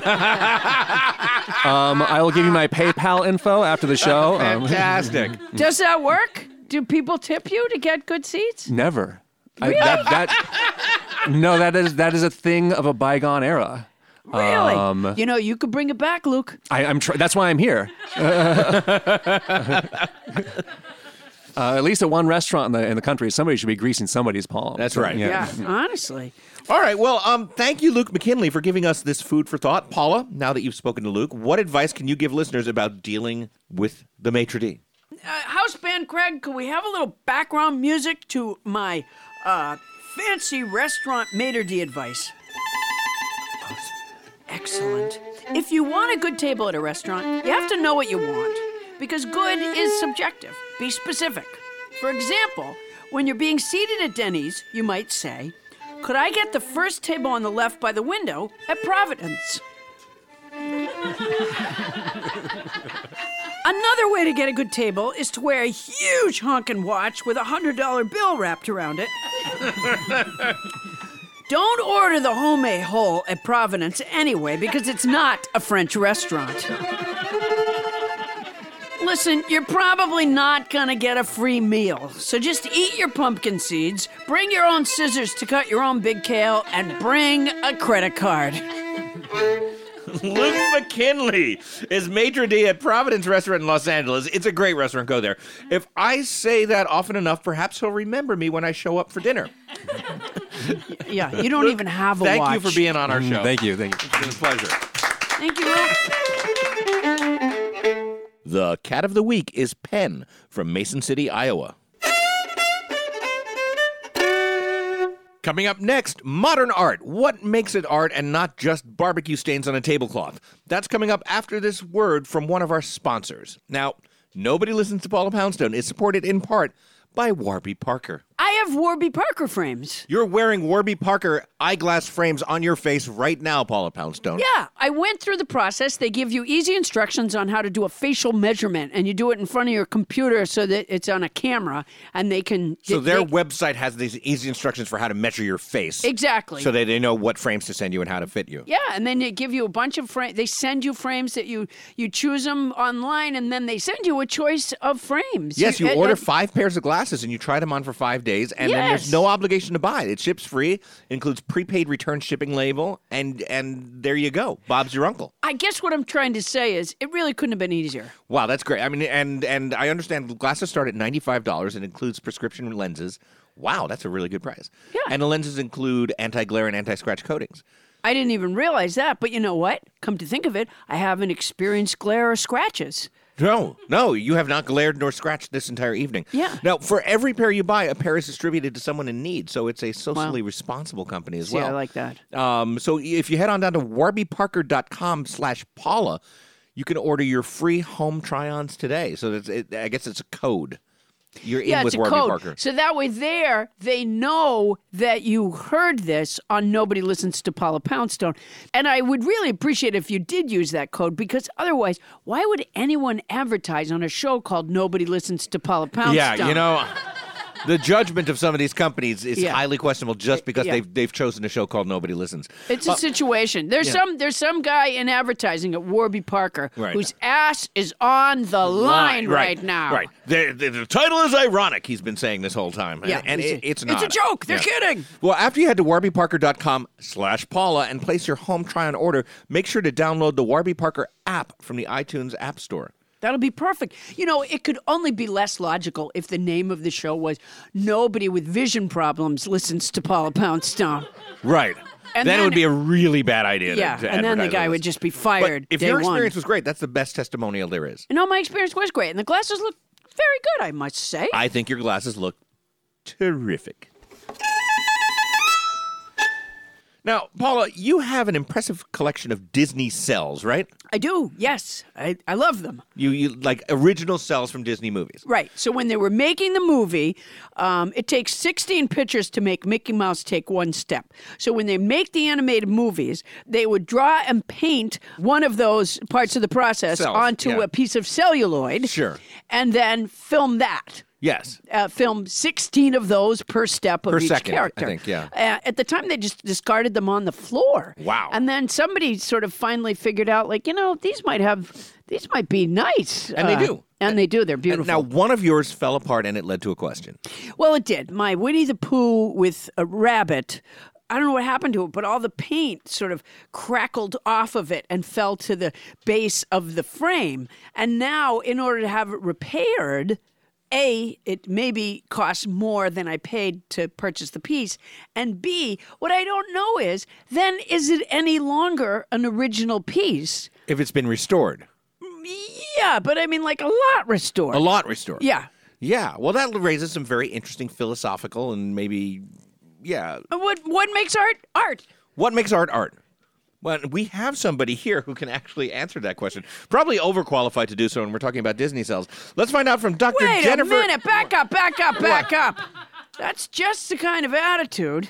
um, I will give you my PayPal info after the show. Um, Fantastic. Does that work? Do people tip you to get good seats? Never. I, that, that, no, that is that is a thing of a bygone era. Really? Um, you know, you could bring it back, Luke. I, I'm tr- that's why I'm here. Uh, at least at one restaurant in the in the country, somebody should be greasing somebody's palm. That's So, right. Yeah, honestly. All right. Well, um, thank you, Luke McKinley, for giving us this food for thought. Paula, now that you've spoken to Luke, what advice can you give listeners about dealing with the maitre d'? uh, house band Craig, could we have a little background music to my uh, fancy restaurant maitre d' advice? Excellent. If you want a good table at a restaurant, you have to know what you want because good is subjective. Be specific. For example, when you're being seated at Denny's, you might say, Could I get the first table on the left by the window at Providence? Another way to get a good table is to wear a huge honkin' watch with a $100 bill wrapped around it. Don't order the homemade hole at Providence anyway, because it's not a French restaurant. Listen, you're probably not gonna get a free meal, so just eat your pumpkin seeds, bring your own scissors to cut your own big kale, and bring a credit card. Luke McKinley is maitre d' at Providence Restaurant in Los Angeles. It's a great restaurant. Go there. If I say that often enough, perhaps he'll remember me when I show up for dinner. Yeah, you don't even have a Thank watch. you for being on our show. Mm-hmm. Thank you. Thank you. It's been a pleasure. Thank you, Luke. The cat of the week is Penn from Mason City, Iowa. Coming up next, modern art. What makes it art and not just barbecue stains on a tablecloth? That's coming up after this word from one of our sponsors. Now, Nobody Listens to Paula Poundstone is supported in part by Warby Parker. I have Warby Parker frames. You're wearing Warby Parker eyeglass frames on your face right now, Paula Poundstone. Yeah, I went through the process. They give you easy instructions on how to do a facial measurement, and you do it in front of your computer so that it's on a camera, and they can. So they- their they- website has these easy instructions for how to measure your face. exactly. So that they know what frames to send you and how to fit you. Yeah, and then they give you a bunch of frames. They send you frames that you you choose them online, and then they send you a choice of frames. Yes, you and- order and- five pairs of glasses and you try them on for five days, and then Yes. there's no obligation to buy. It ships free, includes prepaid return shipping label, and and there you go. Bob's your uncle. I guess what I'm trying to say is it really couldn't have been easier. Wow, that's great. I mean, and and I understand glasses start at ninety five dollars and includes prescription lenses. Wow, that's a really good price. Yeah. and the lenses include anti glare and anti scratch coatings. I didn't even realize that, but you know what? Come to think of it, I haven't experienced glare or scratches. No, no, you have not glared nor scratched this entire evening. Yeah. Now, for every pair you buy, a pair is distributed to someone in need, so it's a socially responsible company as See, well. I like that. Um, so if you head on down to warbyparker.com slash Paula, you can order your free home try-ons today. So that's, it, I guess it's a code. You're Yeah, in it's with a Warby code. Parker. So that way, there they know that you heard this on Nobody Listens to Paula Poundstone. And I would really appreciate if you did use that code because otherwise, why would anyone advertise on a show called Nobody Listens to Paula Poundstone? Yeah, you know, the judgment of some of these companies is Yeah. highly questionable just because yeah. they've they've chosen a show called Nobody Listens. It's a situation. There's some there's some guy in advertising at Warby Parker Right. whose ass is on the line, right, now. Right. The, the, the title is ironic, he's been saying this whole time. Yeah, and, and it's a- it- it's it's not. a joke. They're kidding. Well, after you head to warbyparker.com slash Paula and place your home try on order, make sure to download the Warby Parker app from the iTunes App Store. That'll be perfect. You know, it could only be less logical if the name of the show was Nobody with Vision Problems Listens to Paula Poundstone. Right. And then, it then- would be a really bad idea. to- Yeah, to and then the advertise guy on would this. just be But fired if day one. your experience was great, that's the best testimonial there is. no, my experience was great, and the glasses look very good, I must say. I think your glasses look terrific. Now, Paula, you have an impressive collection of Disney cells, right? I do, yes, I, I love them. You, you like original cells from Disney movies. Right. So when they were making the movie, um, it takes 16 pictures to make Mickey Mouse take one step. So when they make the animated movies, they would draw and paint one of those parts of the process Cells, onto yeah. a piece of celluloid. Sure. And then film that. Yes. Uh, film 16 of those per step of Per each second, I character. think, yeah. Uh, at the time, they just discarded them on the floor. Wow. And then somebody sort of finally figured out, like, you know, these might have, these might be nice. Uh, And they do. And they do. They're beautiful. Now, one of yours fell apart and it led to a question. Well, it did. My Winnie the Pooh with a rabbit. I don't know what happened to it, but all the paint sort of crackled off of it and fell to the base of the frame. And now, in order to have it repaired, A, it maybe costs more than I paid to purchase the piece. And B, what I don't know is then is it any longer an original piece? If it's been restored, Yeah, but I mean, like a lot restored. a lot restored. Yeah. Yeah. Well, that raises some very interesting philosophical and maybe, yeah. What, what makes art art? What makes art art? Well, we have somebody here who can actually answer that question. Probably overqualified to do so, and we're talking about Disney cells. Let's find out from Dr. Wait Jennifer. a minute! Back up! Back up! Back up! That's just the kind of attitude.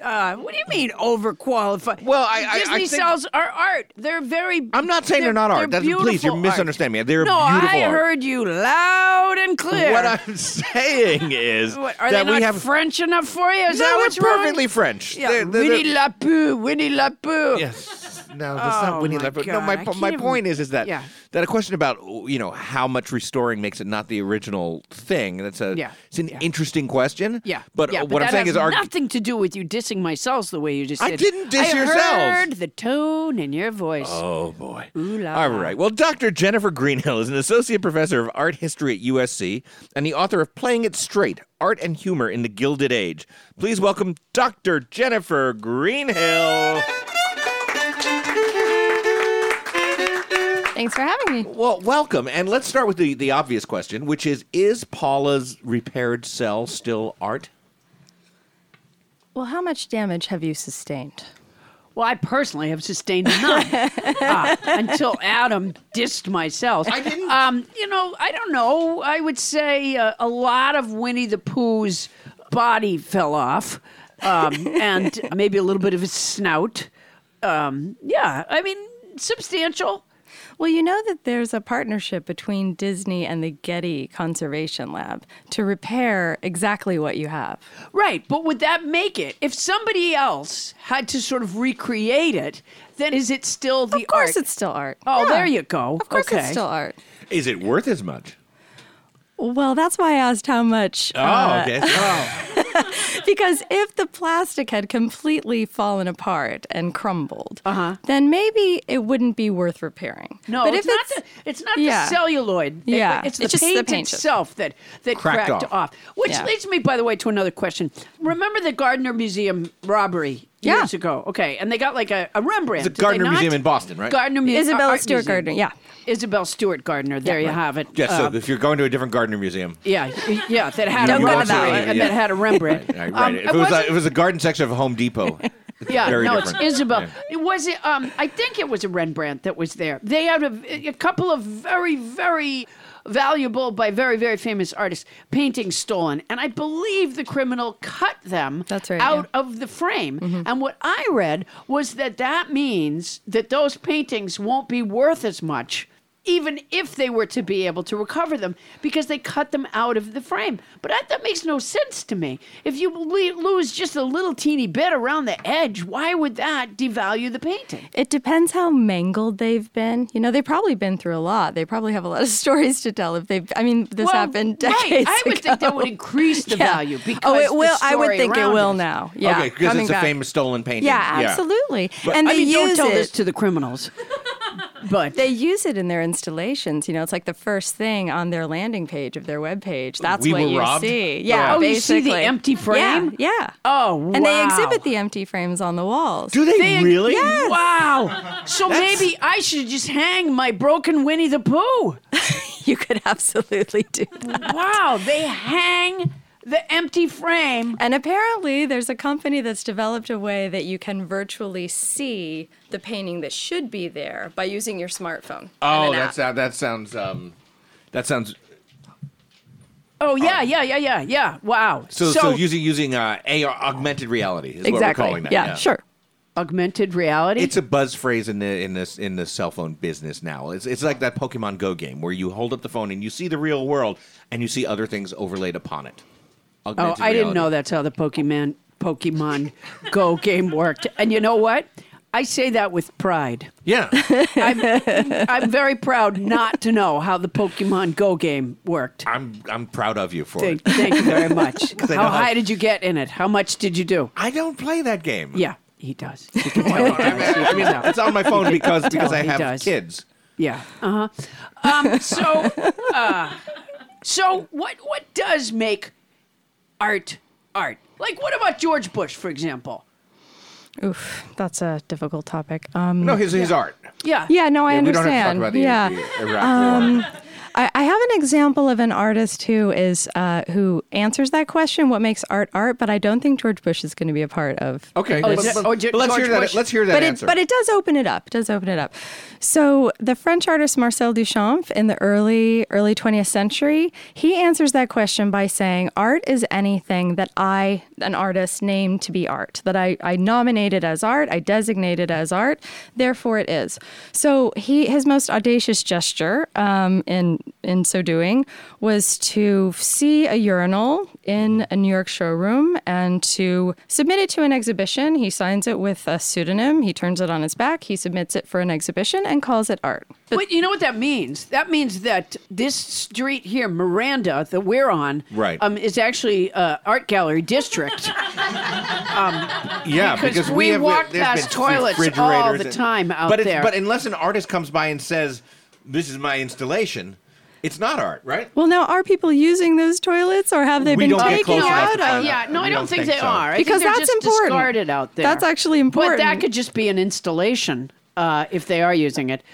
Uh, what do you mean overqualified? Well, I- I- I Disney think- cells are art. They're very. I'm not saying they're not art. That's- please, you're beautiful art. misunderstanding me. They're no, beautiful I art. heard you loud and clear. What I'm saying is What, are that they we not have. French enough for you? Is no, that we're what's perfectly wrong? French. Yeah, They're- they're- Winnie la Pooh, Winnie la Pooh. Yes. No, that's not Oh, Winnie my the Pooh. No, my God, I po- my can't point even- is is that Yeah. that a question about you know how much restoring makes it not the original thing. That's a Yeah, It's an yeah. interesting question. Yeah, But yeah, uh, what that I'm saying has is our nothing to do with you dissing my cells the way you just I did. didn't diss I your cells. heard the tone in your voice. Oh boy. Ooh la All la. right. Well, Dr. Jennifer Greenhill is an associate professor of art history at USC and the author of Playing It Straight: Art and Humor in the Gilded Age. Please welcome Dr. Jennifer Greenhill. Thanks for having me. Well, welcome. And let's start with the, the obvious question, which is Is Paula's repaired cell still art? Well, how much damage have you sustained? Well, I personally have sustained none Ah, until Adam dissed myself. I didn't. Um, you know, I don't know. I would say uh, a lot of Winnie the Pooh's body fell off, um, and maybe a little bit of his snout. Um, yeah, I mean, substantial. Well, you know that there's a partnership between Disney and the Getty Conservation Lab to repair exactly what you have. Right, but would that make it? If somebody else had to sort of recreate it, then is it still the Of course, art? it's still art. Oh, Yeah. there you go. Of course, okay. it's still art. Is it worth as much? Well, that's why I asked how much. Oh, uh, okay. Oh. Because if the plastic had completely fallen apart and crumbled, uh-huh. then maybe it wouldn't be worth repairing. No, but it's, if not the, it's not yeah. the celluloid. It- Yeah, it's the it's just the paint, paint. itself that that Cracked cracked, off. off. Which Yeah. leads me, by the way, to another question. Remember the Gardner Museum robbery Yeah. years ago? Okay, and they got like a, a Rembrandt. The did they Gardner not? Museum in Boston, right? Gardner uh, Museum. Isabella Stewart Gardner, yeah. Isabel Stewart Gardner. There you have it. Yes, Um, so if you're going to a different Gardner Museum. yeah, y- yeah, that had Don't a go to robbery that one. and that had a Rembrandt. Right, right. Um, if, it was a, wasn't- if it was a garden section of a Home Depot. yeah, very no, different. it's Isabel. Yeah. It was it. Um, I think it was a Rembrandt that was there. They had a, a couple of very, very valuable by very, very famous artists paintings stolen, and I believe the criminal cut them That's right, out yeah. of the frame. Mm-hmm. And what I read was that that means that those paintings won't be worth as much. Even if they were to be able to recover them, because they cut them out of the frame. But that, that makes no sense to me. If you le- lose just a little teeny bit around the edge, why would that devalue the painting? It depends how mangled they've been. You know, they've probably been through a lot. They probably have a lot of stories to tell. If they've, I mean, this Well, happened right. decades I would think that ago. would increase the Yeah. value because oh, it the will. I would story think it around will it- now. Yeah, Okay, because coming it's a back. famous stolen painting. Yeah, absolutely. and I they mean, don't use tell it. this to the criminals. But they use it in their installations. You know, it's like the first thing on their landing page of their webpage. That's We what were you robbed? see. Yeah. Oh, you see the basically. empty frame? Yeah. yeah. Oh, And they wow. exhibit the empty frames on the walls. Do they, They- really? Wow. So maybe I should just hang my broken Winnie the Pooh. You could absolutely do that. Wow. They hang the empty frame. And apparently, there's a company that's developed a way that you can virtually see the painting that should be there by using your smartphone. Oh, and an that's app. that. That sounds. Um, that sounds. Oh, yeah, yeah, yeah, yeah, yeah. Wow. So, so, using using uh, AR, augmented reality is what we're exactly. calling that. yeah, sure. augmented reality. It's a buzz phrase in the in this in the cell phone business now. It's it's like that Pokemon Go game where you hold up the phone and you see the real world and you see other things overlaid upon it. Oh, Augmented I didn't reality. know that's how the Pokemon Pokemon Go game worked. And you know what? I say that with pride. Yeah, I'm, I'm very proud not to know how the Pokemon Go game worked. I'm I'm proud of you for Thank, it. thank you very much. I How know how- high did you get in it? How much did you do? I don't play that game. Yeah, he does. You can tell he does. You I can mean, tell. it's on my phone because because I he have does. kids. Yeah. Uh huh. Um, so, uh, so what? What does make art art? Like, what about George Bush, for example? Oof, that's a difficult topic. Um, No, his his art. Yeah. yeah, no, I Yeah, we don't understand. have to talk about the, yeah. the Iraq Um, war. I, I have an example of an artist who is uh, who answers that question: what makes art art? But I don't think George Bush is going to be a part of. Okay, Oh, let's, is it- oh, Ge- let's hear George that. Bush? Let's hear that but answer. it but it does open it up. It does open it up. So the French artist Marcel Duchamp in the early early 20th century, he answers that question by saying, "Art is anything that I, an artist, name to be art. That I I nominated as art. I designated as art. Therefore, it is." So he his most audacious gesture um, in in so doing was to see a urinal in a New York showroom and to submit it to an exhibition. He signs it with a pseudonym. He turns it on his back. He submits it for an exhibition and calls it art. But But you know what that means? That means that this street here, Miranda, that we're on, Right. um, is actually uh, art gallery district. yeah, because because we have, walk there's past been toilets all refrigerators the and- time out but it's- there. But unless an artist comes by and says, "This is my installation," it's not art, right? well, now are people using those toilets or have they We been don't get taken close enough out to find out. of? yeah, no, We I don't don't think, think they so. are. I think Because they're that's just important. discarded out there. That's actually But that important. could just be an installation uh, if they are using it.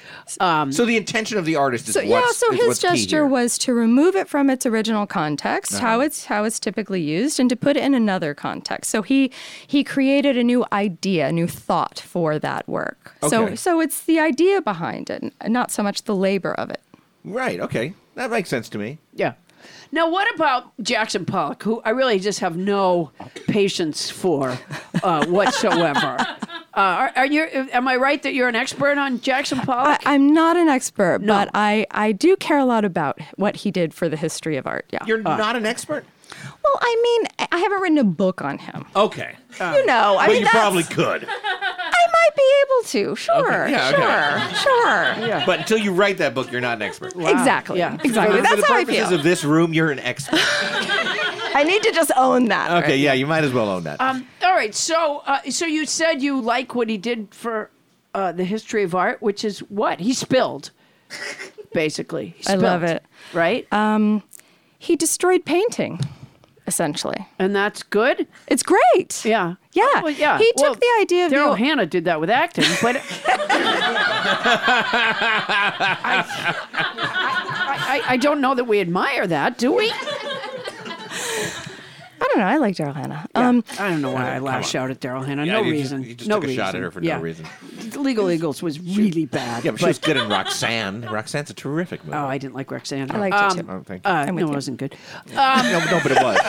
Um, So the intention of the artist is So yeah, what's- so is his what's key here. gesture was to remove it from its original context, how it's how it's typically used, and to put it in another context. So he he created a new idea, a new thought for that work. Okay. So so it's the idea behind it, n- not so much the labor of it. right. Okay, that makes sense to me. yeah. Now, what about Jackson Pollock, who I really just have no patience for uh, whatsoever? Uh, are, are you? Am I right that you're an expert on Jackson I, Pollock? I'm not an expert, but I, I do care a lot about what he did for the history of art. Yeah. You're not an expert? well, I mean, I- I haven't written a book on him. Okay. you know, I but mean, you that's- probably could. I might be able to. Sure, yeah, okay. sure, sure. But until you write that book, you're not an expert. Exactly. Yeah. Exactly. For That's the how I purposes feel. of this room, you're an expert. I need to just own that. Okay, yeah, you might as well own that. Um, all right. So, uh, so you said you like what he did for uh, the history of art, which is what he spilled, basically. He I love spilled, it. Um, Right, He destroyed painting, essentially. and that's good. It's great. Yeah. Oh, Yeah. Well, yeah. He took Well, the idea of the Daryl old- Hannah did that with acting, but. I, I, I, I don't know that we admire that, do we? I don't know. I like Daryl Hannah. Um, I don't know why I lashed out at Daryl Hannah. Uh, Yeah, no you just- reason. you just no took a reason. shot at her for no yeah. reason. Legal Eagles was really bad. yeah, but she was good in Roxanne. Roxanne's a terrific movie. Oh, I didn't like Roxanne. I liked um, it too. Oh, thank you. Uh, with no, it you. wasn't good. no, no, but it was.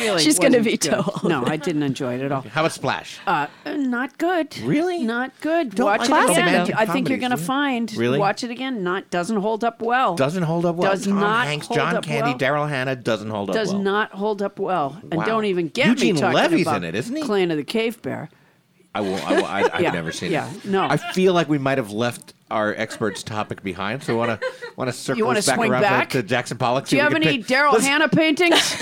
Really She's gonna wasn't veto good. all No, I didn't enjoy it at all. How about Splash? Uh, not good. Really? Not good. Don't watch like it Classic, again. though. I think you're gonna comedies, find. do you? Really? Watch it again. Not doesn't hold up well. doesn't hold up well. Does Tom not Hanks, hold John up Candy, well. Daryl Hannah doesn't hold up does well. not hold up well, and Wow. don't even get Eugene me talking Levy's about in it, isn't he? Clan of the Cave Bear. I will. I will I, I've Yeah, never seen yeah, it. no. I feel like we might have left our experts topic behind, so want to want to circle wanna us back swing around back? To, to Jackson Pollock. Do you have any Daryl Hannah paintings?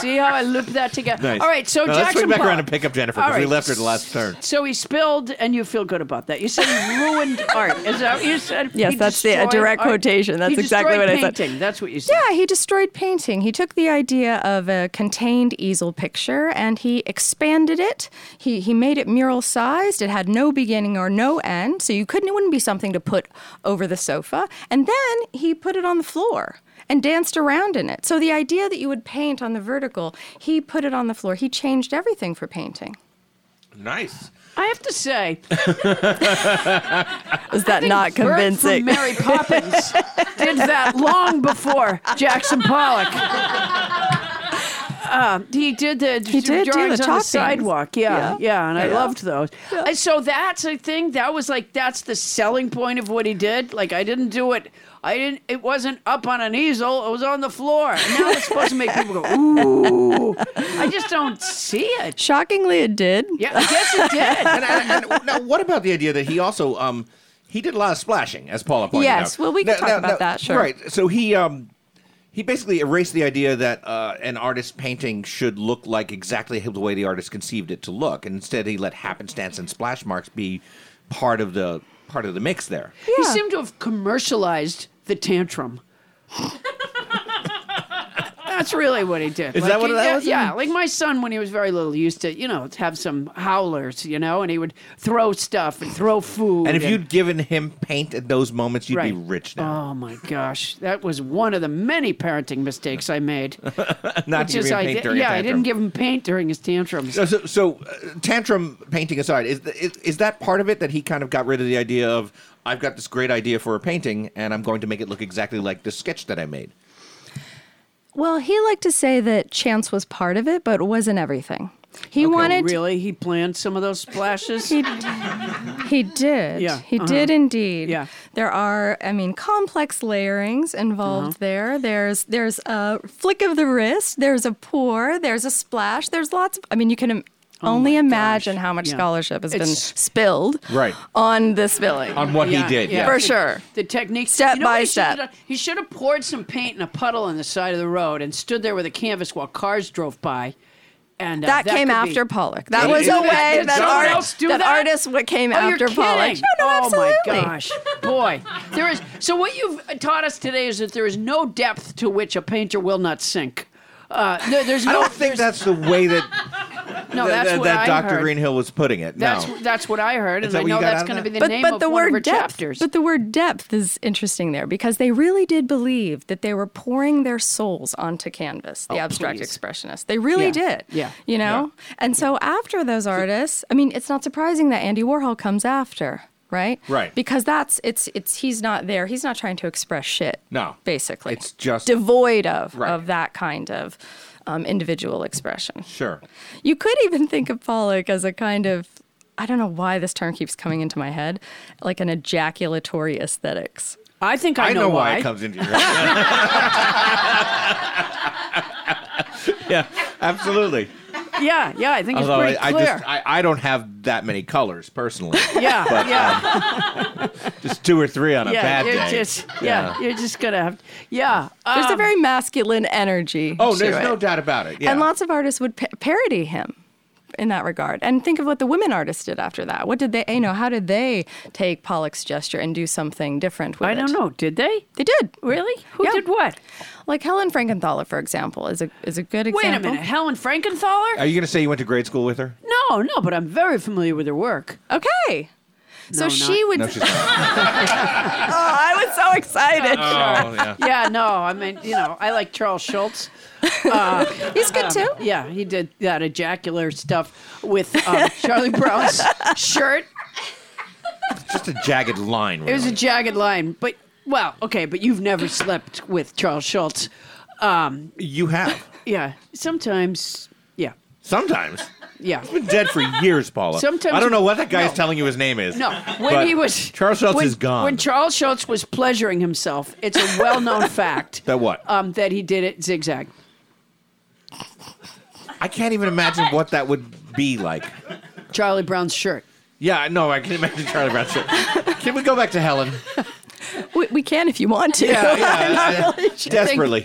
See how I looped that together. All right, so no, Jackson. let's swing back around Pollock. and pick up Jennifer All because we right. left her the last turn. So he spilled, and you feel good about that. You said he ruined art. Is that what you said? Yes, He that's the- a destroyed direct art. quotation. That's He exactly destroyed what I said. painting. That's what you said. Yeah, he destroyed painting. He took the idea of a contained easel picture and he expanded it. He he made it mural sized. It had no beginning or no end, so you couldn't it wouldn't be something to put over the sofa. And then he put it on the floor and danced around in it. So the idea that you would paint on the vertical, he put it on the floor. He changed everything for painting. Nice. I have to say, Is that not Bert from convincing? Mary Poppins did that long before Jackson Pollock. Um, he did the he did do the drawings on the top things. sidewalk. Yeah, yeah, Yeah. and I loved those. And so that's a thing. That was like that's the selling point of what he did. Like I didn't do it. I didn't. It wasn't up on an easel. It was on the floor. And now it's supposed to make people go ooh. I just don't see it. Shockingly it did. Yeah, I guess it did. and, and, and now, what about the idea that he also um he did a lot of splashing, as Paula pointed out. Yes, well, we can talk about that, sure. Right. So he um he basically erased the idea that uh, an artist's painting should look like exactly the way the artist conceived it to look, and instead he let happenstance and splash marks be part of the part of the mix there. He seemed to have commercialized the tantrum. That's really what he did. Is that what he- that was? Yeah, like my son when he was very little used to, you know, have some howlers, you know, and he would throw stuff and throw food. And if you'd given him paint at those moments, you'd be Right. rich Uh, now. Oh my gosh, that was one of the many parenting mistakes I made. Not Just giving him I paint did- during a yeah, I tantrum. didn't give him paint during his tantrums. So, so, so uh, tantrum painting aside, is, th- is is that part of it that he kind of got rid of the idea of I've got this great idea for a painting and I'm going to make it look exactly like the sketch that I made. Well, he liked to say that chance was part of it, but it wasn't everything. He Oh, wanted really? He planned some of those splashes? He, he did. Yeah, He uh-huh. did indeed. Yeah. There are, I mean, complex layerings involved Uh-huh. there. There's there's a flick of the wrist. There's a pour. There's a splash. There's lots of. I mean, you can im- only imagine how much Oh Yeah. scholarship has been It's- spilled Right. on this filling. On what Yeah, he did, yeah. yeah. For sure. The technique, Step what by he should've step. done? He should have poured some paint in a puddle on the side of the road and stood there with a canvas while cars drove by. And uh, that, came could after be, Pollock. That Did- was did- a way did that, someone art, else do that, that? artist what came Oh, after you're Pollock. kidding. No, no, oh absolutely. my gosh. Boy. There is so what you've taught us today is that there is no depth to which a painter will not sink. Uh, there- there's no I don't think that's the way that no, that, that's that, what that I Dr. heard. Greenhill was putting it. That's no. that's what I heard, and that I what you know got that's out of going to that? be the but, name but of the one of her word depth, chapters. But the word depth is interesting there because they really did believe that they were pouring their souls onto canvas, Oh, the abstract please. expressionists. They really Yeah. did. Yeah. You know? And so after those artists, I mean, it's not surprising that Andy Warhol comes after. right? Right. Because that's it's it's he's not there. He's not trying to express shit. No. Basically. It's just- devoid of Right. of that kind of um, individual expression. Sure. You could even think of Pollock as a kind of I don't know why this term keeps coming into my head, like an ejaculatory aesthetics. I think I, I know why it comes into your head. yeah, absolutely. Yeah, yeah, I think it's Although I, pretty I clear. just I, I don't have that many colors personally. yeah, yeah. just two or three on a yeah, bad you're day. just yeah, you're just gonna have yeah. There's a um, very masculine energy. oh, to there's it. no doubt about it. Yeah. And lots of artists would pa- parody him in that regard. And think of what the women artists did after that. What did they, you know, how did they take Pollock's gesture and do something different with I it? don't know. Did they? They did. Really? Who did what? Like Helen Frankenthaler, for example, is a is a good Wait example. a minute, Helen Frankenthaler? Are you going to say you went to grade school with her? no, no, but I'm very familiar with her work. Okay. so No, she would. No, she's not. oh, I was so excited. Oh, yeah. yeah, no, I mean, you know, I like Charles Schultz. He's good too. Yeah, he did that ejacular stuff with um, Charlie Brown's shirt. just a jagged line. Really. It was a jagged line, but well, okay, but you've never slept with Charles Schultz. Um, you have yeah, sometimes, yeah, sometimes. yeah. He's been dead for years, Paula. Sometimes- I don't know what that guy no. is telling you his name is. No, when but he was Charles Schultz when- is gone. When Charles Schultz was pleasuring himself, it's a well-known fact That what? um, that he did it zigzag. I can't even imagine what that would be like. Charlie Brown's shirt. Yeah, no, I can imagine Charlie Brown. Sure. Can we go back to Helen? We, we can if you want to. Desperately.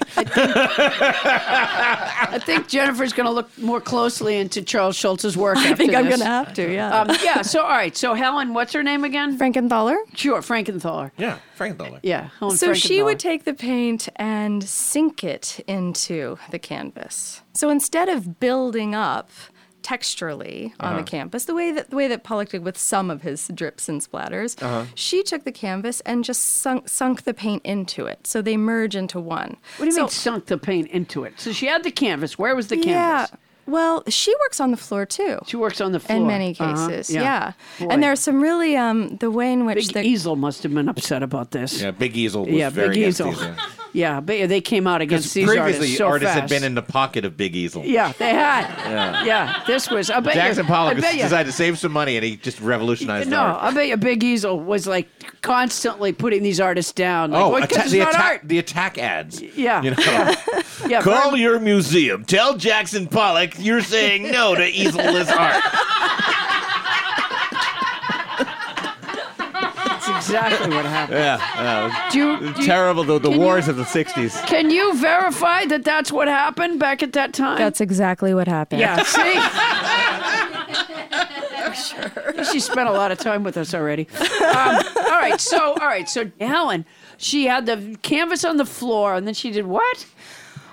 I think Jennifer's going to look more closely into Charles Schultz's work. I think I'm going gonna have to. Yeah. Um, yeah. So all right. So Helen, what's her name again? Frankenthaler. sure, Frankenthaler. yeah, Frankenthaler. Yeah. Helen So she would Frankenthaler. take the paint and sink it into the canvas. So instead of building up texturally on Uh-huh. the canvas, the way that the way that Pollock did with some of his drips and splatters, Uh-huh. she took the canvas and just sunk sunk the paint into it. So they merge into one. What do you so, mean sunk the paint into it? So she had the canvas. Where was the Yeah. canvas? Well, she works on the floor too. She works on the floor. in many Uh-huh, cases, yeah. yeah. Boy. And there are some really um, the way in which Big the Easel must have been upset about this. Yeah, Big Easel was Yeah, very Big Easel. against these, yeah. Yeah, but they came out against these Previously, artists so had fast. been in the pocket of Big Easel. Yeah, they had. Yeah, this was. I bet you- Jackson Pollock I bet you- decided to save some money, and he just revolutionized No, art. I bet you Big Easel was like constantly putting these artists down. Like, well, 'cause Oh, atta- it's the, not attack, art. the attack ads. Yeah, You know? yeah, Call Vern- your museum. Tell Jackson Pollock you're saying no to easelless art. that's exactly what happened. Yeah, Do you, do you- terrible. The, the can wars you- of the '60s. can you verify that that's what happened back at that time? that's exactly what happened. yeah. See, sure. She spent a lot of time with us already. Um, all right, so all right, so Helen, she had the canvas on the floor, and then she did what?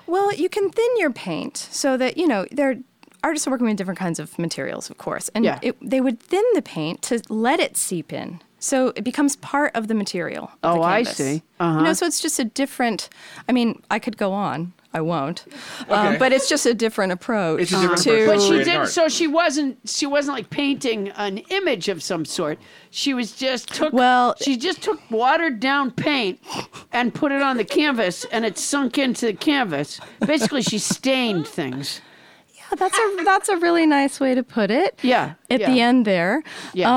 Well, you can thin your paint so that, you know, there are artists working with different kinds of materials, of course. And Yeah. it, they would thin the paint to let it seep in. So it becomes part of the material. of the Oh, I canvas. see. You know, so it's just a different, I mean, I could go on. I won't. Um, but it's just a different approach It's a different to. But she Creating didn't. art. So she wasn't. She wasn't like painting an image of some sort. She was just took. Well- she just took watered down paint and put it on the canvas, and it sunk into the canvas. Basically, she stained things. Yeah, that's a that's a really nice way to put it. Yeah, At yeah. the end there. Yeah.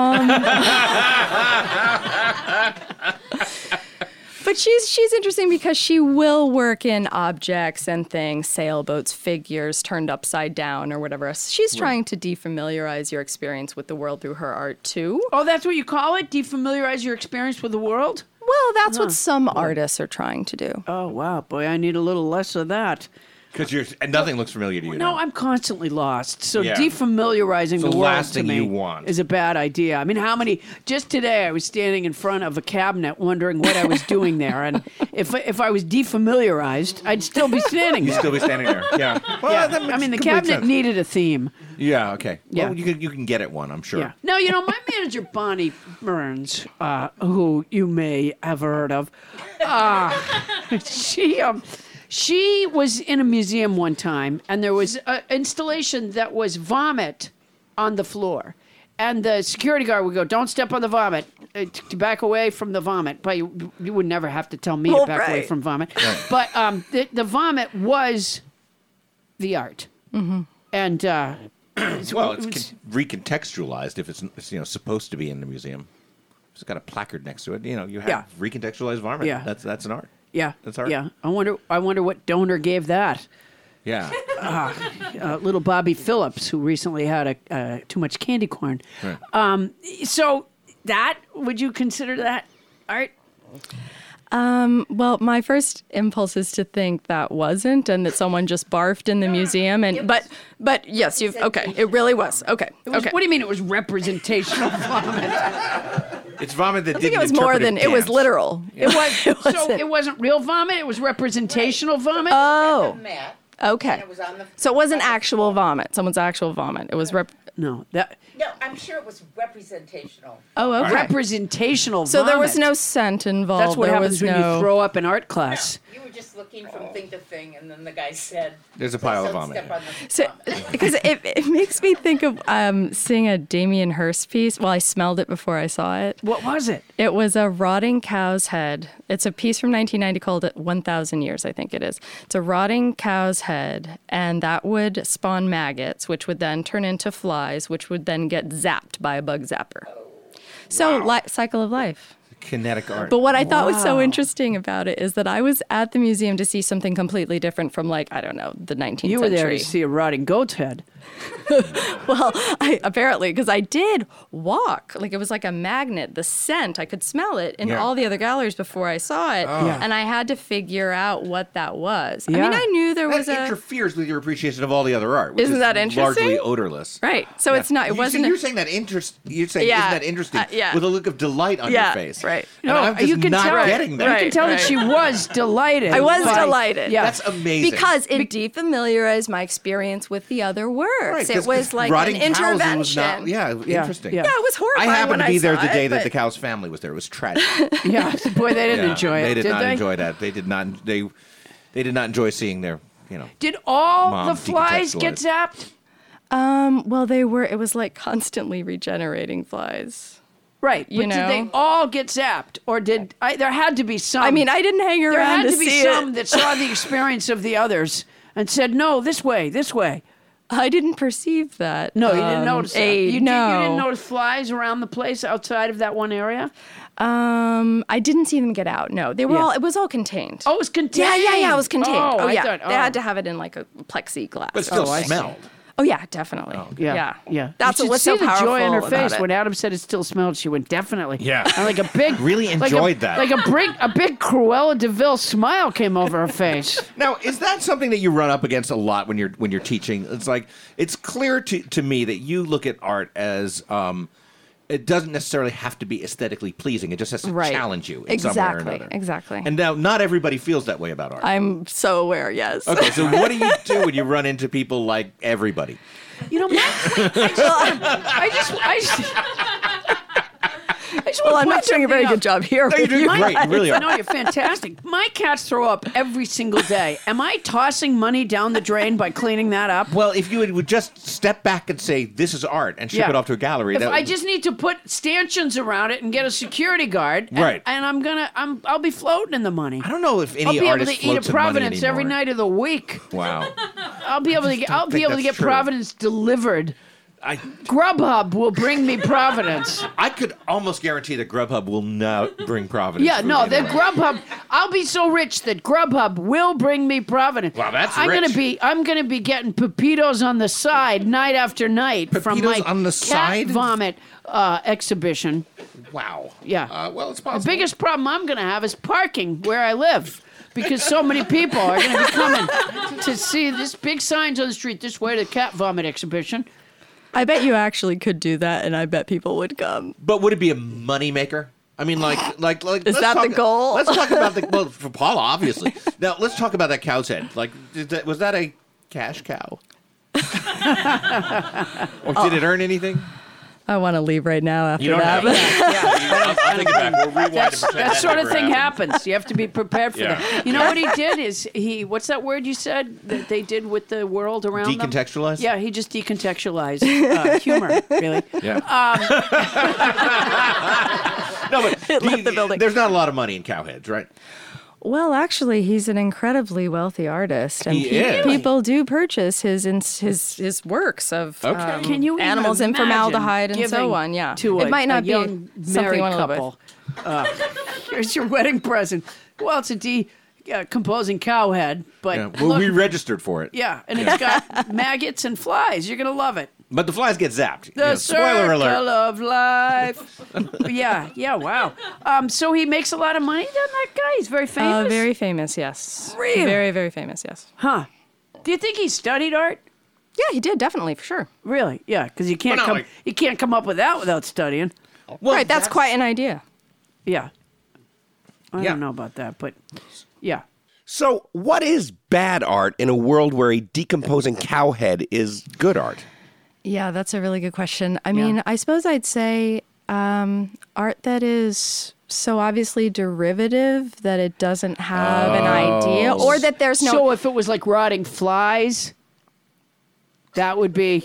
Um, But she's she's interesting because she will work in objects and things, sailboats, figures turned upside down or whatever. else. She's trying to defamiliarize your experience with the world through her art too. oh, that's what you call it. Defamiliarize your experience with the world. Well, that's what some artists are trying to do. Oh wow, boy, I need a little less of that. Because you're and nothing looks familiar to you. No, now. I'm constantly lost. So Yeah. defamiliarizing the the world last to thing me you want. is a bad idea. I mean, how many? Just today, I was standing in front of a cabinet, wondering what I was doing there, and if if I was defamiliarized, I'd still be standing You'd there. still be standing there. Yeah. Well, Yeah. that makes I mean, the complete cabinet sense. needed a theme. Yeah. Okay. Yeah. Well, you can you can get it one. I'm sure. Yeah. No, you know, my manager Bonnie Burns, uh, who you may have heard of, uh, she um, she was in a museum one time, and there was an installation that was vomit on the floor, and the security guard would go, "Don't step on the vomit. uh, t- To back away from the vomit." But you, you would never have to tell me Well, to back away right. from vomit. But um, the, the vomit was the art, Mm-hmm. and uh, Well, it's con- recontextualized if it's, it's you know supposed to be in the museum. It's got a placard next to it. You know, you have Yeah. recontextualized varmint. Yeah. That's that's an art. Yeah. That's art. Yeah. I wonder, I wonder what donor gave that. Yeah. uh, little Bobby Phillips, who recently had a uh, too much candy corn. Um, so that would you consider that art? Well, my first impulse is to think that wasn't, and that someone just barfed in the museum. And but but yes, you've okay. It really was okay. It was- okay. What do you mean it was representational vomit? it's vomit that I think it was more than it was literal. It was. it so wasn't. it wasn't real vomit. It was representational vomit. oh, Matt. okay. It was on the. So it wasn't actual vomit. Someone's actual vomit. It was rep. no, that No, I'm sure it was representational. Oh, okay. representational. so there was no vomit. scent involved. That's what there happens was when no, you throw up in art class. You were just looking from thing to thing, and then the guy said, There's a pile of "Don't vomit." Step on the So, because it, it makes me think of um, seeing a Damien Hirst piece. Well, I smelled it before I saw it. What was it? It was a rotting cow's head. It's a piece from 1990 called it 1,000 Years, I think it is. It's a rotting cow's head, and that would spawn maggots, which would then turn into flies, which would then get zapped by a bug zapper. So, li- cycle of life. kinetic art. But what I thought was so interesting about it is that I was at the museum to see something completely different from, like, I don't know, the 19th You were century. there to see a rotting goat's head. Well, I, apparently, because I did walk. Like it was like a magnet. The scent, I could smell it in Yeah. Oh. all the other galleries before I saw it. Yeah. And I had to figure out what that was. I Yeah. mean, I knew there that was a. interferes with your appreciation of all the other art. Which Isn't is that interesting? Largely odorless. right. So it's not, it You see, wasn't. a- you're saying that interest. You're saying Yeah. isn't that interesting? Uh, yeah. With a look of delight on Yeah, your face. right. And I'm just not getting that. You can Right, tell right. that she was delighted. I was by- delighted. Yeah. That's amazing. Because it defamiliarized my experience with the other works. Right, it 'cause was like an rotting cows was intervention. not- yeah, interesting. yeah. Yeah, it was I horrifying happened when to I be there saw the it, day that the but- cow's family was there. It was tragic. Yeah, boy, they didn't Yeah, enjoy it. They did, not they? enjoy that. They did not. They they did not enjoy seeing their. You know. Did all Mom the flies get zapped? Um, well, they were, it was like constantly regenerating flies. Right, You but did they know? all get zapped, or did I, there had to be some? I mean, I didn't hang Um, there around had to, to, be see some it. that saw the experience of the others and said, "No, this way, this way." I didn't perceive that. No, you um, didn't notice. that. aid, You, no. did, you didn't notice flies around the place outside of that one area. Um, I didn't see them get out. No, they were Yeah. all. It was all contained. Oh, it was Yeah, yeah, yeah. It was contained. contained. Oh, Oh, I yeah. thought- They oh. had to have it in like a plexiglass. But still oh, I see. smelled. Oh yeah, definitely. Yeah, yeah. yeah, That's You what should see was so powerful the joy on her about face it. when Adam said it still smelled. She went definitely. Yeah. and like a big, Really like a- enjoyed that. Like a big, a big Cruella Deville smile came over her face. Now, is that something that you run up against a lot when you're when you're teaching? It's like it's clear to, to me that you look at art as um, it doesn't necessarily have to be aesthetically pleasing. It just has to Right. challenge you in some way Exactly, or another. exactly. And now, not everybody feels that way about art. I'm so aware. Yes. okay, so what do you do when you run into people like everybody? You know, Matt, wait, I just, I just, I just, I just well, wanna I'm point not doing a very something good out. job here. you're with doing you great. guys. You really are. No, you're fantastic. My cats throw up every single day. Am I tossing money down the drain by cleaning that up? Well, if you would, would just step back and say this is art and ship Yeah. it off to a gallery, If that I would- just need to put stanchions around it and get a security guard, and- Right. And I'm gonna, I'm, I'll be floating in the money. I don't know if any I'll be able artist to eat a floats in money Providence every anymore. night of the week. Wow, I'll be able to get, I'll think be able to that's get true. Providence delivered. I Grubhub will bring me Providence. I could almost guarantee that Grubhub will not bring Providence. Yeah, food no, the anymore. Grubhub. I'll be so rich that Grubhub will bring me providence. Wow, that's I'm rich. gonna be. I'm gonna be getting pepitos on the side night after night from my Pepitos on the cat side? vomit uh, exhibition. Wow. Yeah. Uh, well, it's The possible. biggest problem I'm gonna have is parking where I live. Because so many people are going to be coming to see this big signs on the street this way to the cat vomit exhibition. I bet you actually could do that, and I bet people would come. But would it be a moneymaker? I mean, like, like, like. Is let's that talk, the goal? Let's talk about the well for Paula, obviously. now let's talk about that cow's head. Like, did that, was that a cash cow? or did it earn anything? I want to leave right now after You don't that. have. I'll, I'll take it back. We'll rewind That's, and pretend that sort of never thing happened. happens. You have to be prepared for Yeah. that. You know what he did is he. What's that word you said that they did with the world around them? Decontextualized? Yeah, he just decontextualized uh, humor. Really, Yeah. No, but left the building. There's not a lot of money in cowheads, right? Well, actually, he's an incredibly wealthy artist, and He pe- is. people do purchase his ins- his his works of Okay. um, Can you even animals in imagine formaldehyde and giving so on. Yeah, to it a- might not a be young something you married want to live with. couple. Uh, here's your wedding present. Well, it's a decomposing cowhead, but Yeah. yeah, Well, Uh, we registered for it. yeah and it's got maggots and flies. You're gonna love it. But the flies get zapped. The Yeah, circle of life. yeah, yeah, wow. Um, so he makes a lot of money. Then that guy, he's very famous. Uh, very famous, yes. Really? Very, very famous, yes. huh? Do you think he studied art? Yeah, he did definitely for sure. Really? Yeah, because you can't Well, not come like- you can't come up with that without studying. Well, right, that's, quite an idea. Yeah, I Yeah. don't know about that, but yeah. So, what is bad art in a world where a decomposing cowhead is good art? Yeah, that's a really good question. I mean, I suppose I'd say um, art that is so obviously derivative that it doesn't have an idea, Oh. or that there's no. so if it was like rotting flies, that would be.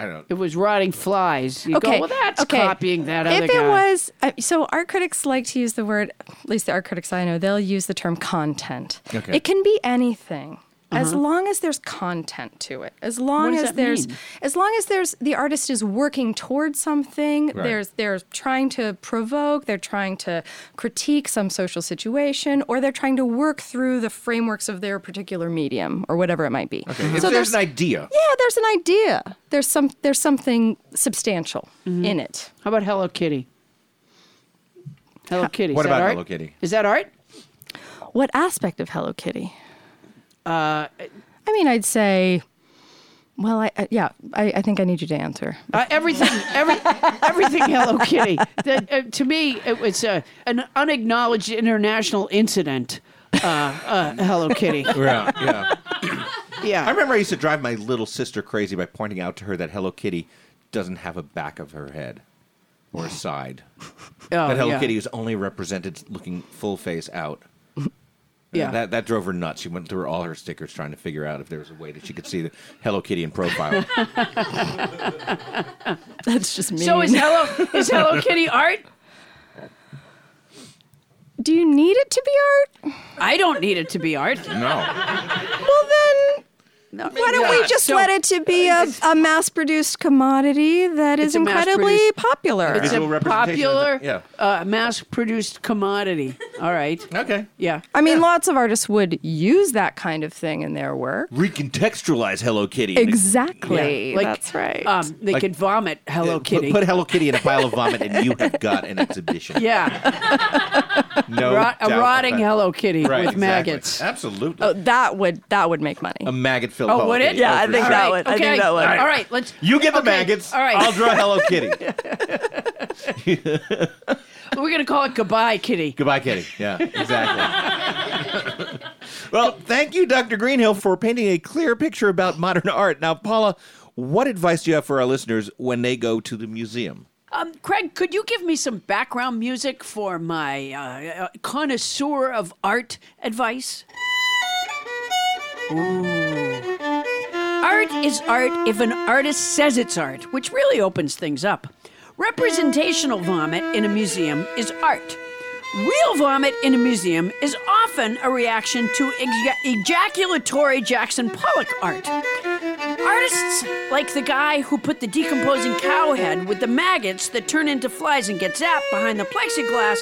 I don't It know. was rotting flies. You go, okay, well, that's okay. copying that if other it guy. was, uh, so art critics like to use the word, at least the art critics I know, they'll use the term content. Okay. It can be anything. As long as there's content to it, as long Uh-huh. does as that there's, mean? as long as there's the artist is working towards something, there's they're trying to provoke, they're trying to critique some social situation, or they're trying to work through the frameworks of their particular medium or whatever it might be. If So there's there's an idea. yeah, there's an idea. There's some there's something substantial in it. How about Hello Kitty? Hello Kitty. What is that about art? Hello Kitty? Is that art? What aspect of Hello Kitty? Uh, I mean, I'd say, well, I, I yeah, I, I think I need you to answer. Uh, everything, every, everything Hello Kitty. That, uh, to me, it was uh, an unacknowledged international incident. Uh, uh, Hello Kitty. Yeah, yeah. I Yeah. remember I used to drive my little sister crazy by pointing out to her that Hello Kitty doesn't have a back of her head or a side. Oh, that Hello yeah. Kitty is only represented looking full face out. Yeah. That, that drove her nuts. She went through all her stickers trying to figure out if there was a way that she could see the Hello Kitty in profile. That's just me. so is Hello is Hello Kitty art? do you need it to be art? I don't need it to be art. no. Well, then. No, Why don't we just let it to be a, a mass-produced commodity that It's is a mass-produced- incredibly popular? It's Visual a representation of popular, it, yeah. uh, mass-produced commodity. All right. Okay. Yeah. I mean, lots of artists would use that kind of thing in their work. Recontextualize Hello Kitty. Exactly. Like, That's right. Um, they could vomit Hello Put- Kitty. Put, Hello Kitty in a pile of vomit, and you have got an exhibition. yeah, no rot, a Oh, doubt rotting about it. Hello Kitty Right, with exactly. maggots. Absolutely, oh, that would that would make money. a maggot filled. Oh, would it? Yeah, I think that All would- I think that would. All right, let's. You get the okay, maggots. All right, I'll draw Hello Kitty. we're gonna call it goodbye, Kitty. Goodbye, Kitty. Yeah, exactly. well, thank you, Dr. Greenhill, for painting a clear picture about modern art. Now, Paula, what advice do you have for our listeners when they go to the museum? Um, Craig, could you give me some background music for my uh, uh, connoisseur of art advice? Art is art if an artist says it's art, which really opens things up. Representational vomit in a museum is art. Real vomit in a museum is often a reaction to eja- ejaculatory Jackson Pollock art. Artists like the guy who put the decomposing cow head with the maggots that turn into flies and get zapped behind the plexiglass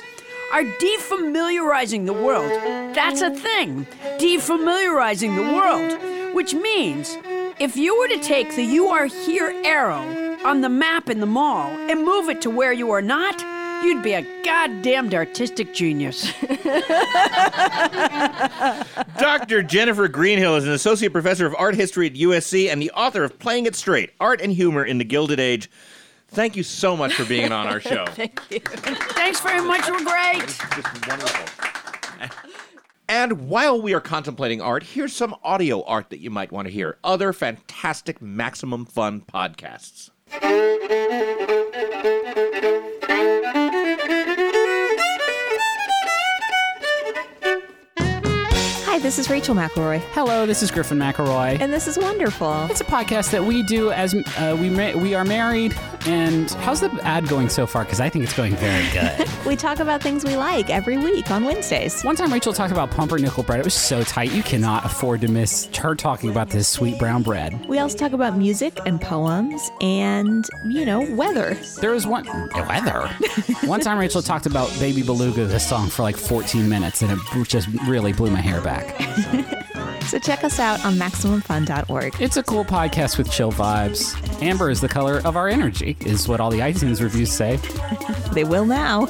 are defamiliarizing the world. That's a thing, defamiliarizing the world, which means if you were to take the you are here arrow on the map in the mall and move it to where you are not, you'd be a goddamned artistic genius. Dr. Jennifer Greenhill is an associate professor of art history at USC and the author of Playing It Straight Art and Humor in the Gilded Age. Thank you so much for being on our show. Thanks very much, we're great. And while we are contemplating art, here's some audio art that you might want to hear. Other fantastic Maximum Fun podcasts. This is Rachel McElroy, Hello, this is Griffin McElroy. and this is wonderful. It's a podcast that we do as uh, we ma- we are married. And how's the ad going so far? Because I think it's going very good. We talk about things we like every week on Wednesdays. One time Rachel talked about pumpernickel bread. It was so tight. You cannot afford to miss her talking about this sweet brown bread. We also talk about music and poems and, you know, weather. There was one the weather. one time Rachel talked about Baby Beluga, this song, for like 14 minutes, and it just really blew my hair back. So check us out on MaximumFun.org. It's a cool podcast with chill vibes. Amber is the color of our energy, is what all the iTunes reviews say. They will now.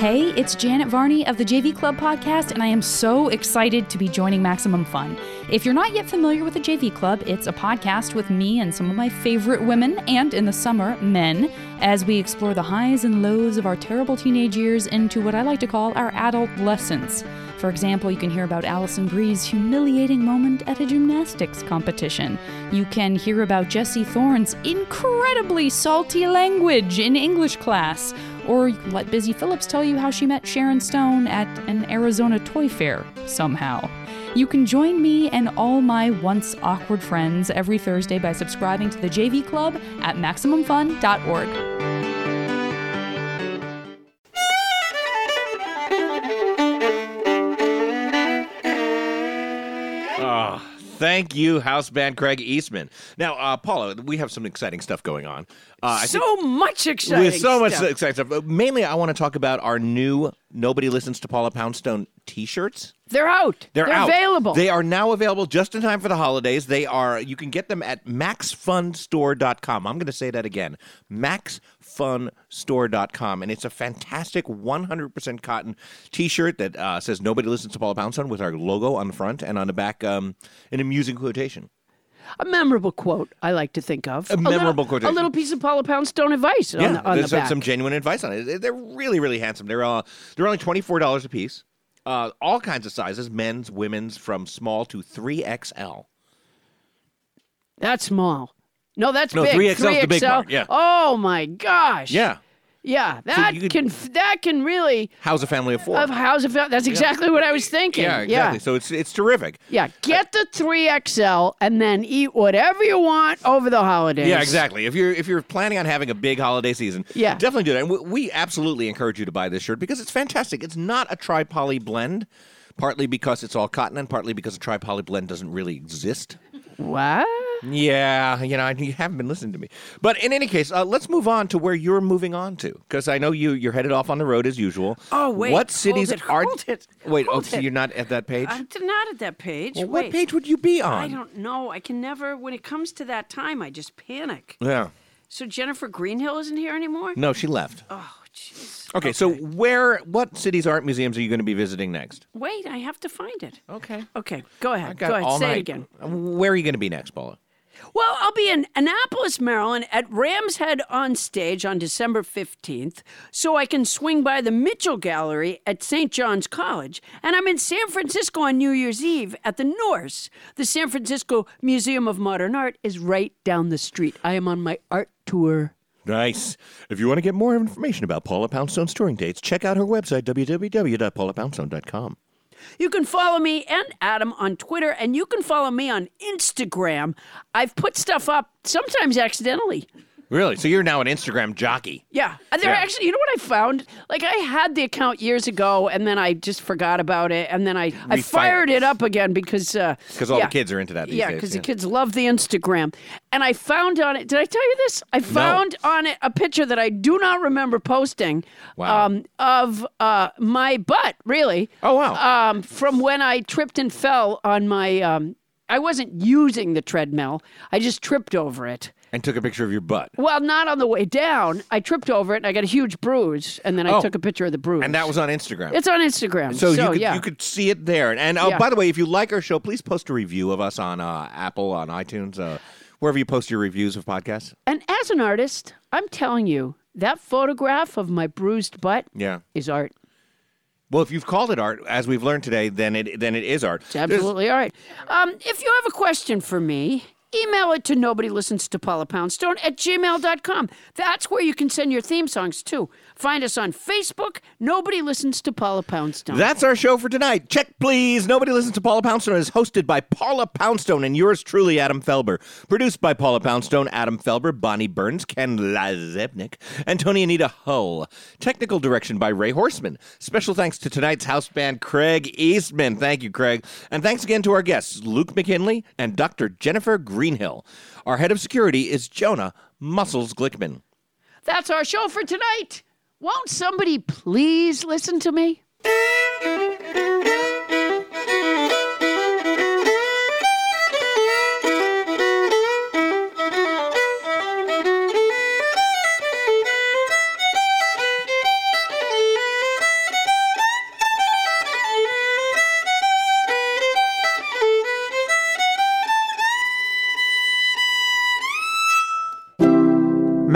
Hey, it's Janet Varney of the JV Club podcast, and I am so excited to be joining Maximum Fun. If you're not yet familiar with the JV Club, it's a podcast with me and some of my favorite women, and in the summer, men, as we explore the highs and lows of our terrible teenage years into what I like to call our adult lessons. For example, you can hear about Allison Bree's humiliating moment at a gymnastics competition. You can hear about Jesse Thorne's incredibly salty language in English class. Or you can let Busy Phillips tell you how she met Sharon Stone at an Arizona toy fair somehow. You can join me and all my once awkward friends every Thursday by subscribing to the JV Club at MaximumFun.org. Thank you, house band Craig Eastman. Now, uh, Paula, we have some exciting stuff going on. Uh, I think So much exciting. with so much stuff. exciting stuff. But Mainly, I want to talk about our new "Nobody Listens to Paula Poundstone" T-shirts. They're out. They're, out. available. They are now available just in time for the holidays. They are. You can get them at maxfunstore.com. I'm going to say that again. maxfunstore.com and it's a fantastic 100% cotton t-shirt that uh, says nobody listens to Paula Poundstone with our logo on the front and on the back um, an amusing quotation. a memorable quote I like to think of. A, memorable little, quotation. A little piece of Paula Poundstone advice on the, on the there's some, back. some genuine advice on it. They're really, really handsome. They're uh, they're only twenty four dollars a piece. Uh, all kinds of sizes: men's, women's, from small to three XL. That's small. No, that's No, big. 3XL is the big 3XL. part, yeah. Oh my gosh. Yeah, Yeah. That you could- can f- that can really how's a family of four? of how's it felt. That's exactly what I was thinking. yeah, exactly. So it's it's terrific. Yeah. Get the three XL and then eat whatever you want over the holidays. Yeah, exactly. If you're if you're planning on having a big holiday season, Yeah. definitely do that. And we, we absolutely encourage you to buy this shirt because it's fantastic. It's not a tri poly blend, partly because it's all cotton and partly because a tri poly blend doesn't really exist. What? Yeah, you know, I- you haven't been listening to me. But in any case, uh, let's move on to where you're moving on to, because I know you you're headed off on the road as usual. Oh, wait. what Hold cities it, are? hold it, Wait, oh, hold so it. you're not at that page. I'm not at that page. well, Wait. what page would you be on? I don't know. I can never. When it comes to that time, I just panic. Yeah, So Jennifer Greenhill isn't here anymore. no, she left. Oh, jeez. Okay, so where? What cities art museums are you going to be visiting next? Wait, I have to find it. Okay, Okay, go I ahead. got Go ahead. all Say night. it again. Where are you going to be next, Paula? Well, I'll be in Annapolis, Maryland at Ram's Head on stage on December 15th, so I can swing by the Mitchell Gallery at St. John's College. And I'm in San Francisco on New Year's Eve at the Norse. The San Francisco Museum of Modern Art is right down the street. I am on my art tour. Nice. If you want to get more information about Paula Poundstone's touring dates, check out her website www.paulapoundstone.com. You can follow me and Adam on Twitter, and you can follow me on Instagram. I've put stuff up sometimes accidentally. Really? So you're now an Instagram jockey. Yeah. And There Yeah. actually, you know what I found? Like I had the account years ago and then I just forgot about it and then I, I Refired. fired it up again because uh Because all yeah. the kids are into that these yeah, days. because the kids love the Instagram. And I found on it, did I tell you this? I found on it a picture that I do not remember posting Wow. um, of uh, my butt, really. Oh, wow. Um, from when I tripped and fell on my, um, I wasn't using the treadmill, I just tripped over it. And took a picture of your butt. Well, not on the way down. I tripped over it and I got a huge bruise, and then I Oh. took a picture of the bruise. And that was on Instagram. it's on Instagram. so So, you, could, yeah, you could see it there. And, and oh, Yeah. by the way, if you like our show, please post a review of us on uh, Apple, on iTunes, uh, wherever you post your reviews of podcasts. and as an artist, I'm telling you that photograph of my bruised butt Yeah. is art. Well, if you've called it art, as we've learned today, then it then it is art. It's absolutely all right. Um, if you have a question for me, email it to nobody listens to Paula Poundstone at gmail.com. That's where you can send your theme songs too. Find us on Facebook. Nobody listens to Paula Poundstone. That's our show for tonight. Check, please. Nobody Listens to Paula Poundstone is hosted by Paula Poundstone and yours truly, Adam Felber. Produced by Paula Poundstone, Adam Felber, Bonnie Burns, Ken Lazebnik, and Tony Anita Hull. Technical direction by Ray Horseman. Special thanks to tonight's house band, Craig Eastman. Thank you, Craig. And thanks again to our guests, Luke McKinley and Dr. Jennifer Greenhill. Our head of security is Jonah Muscles Glickman. That's our show for tonight. Won't somebody please listen to me? MaximumFun.org.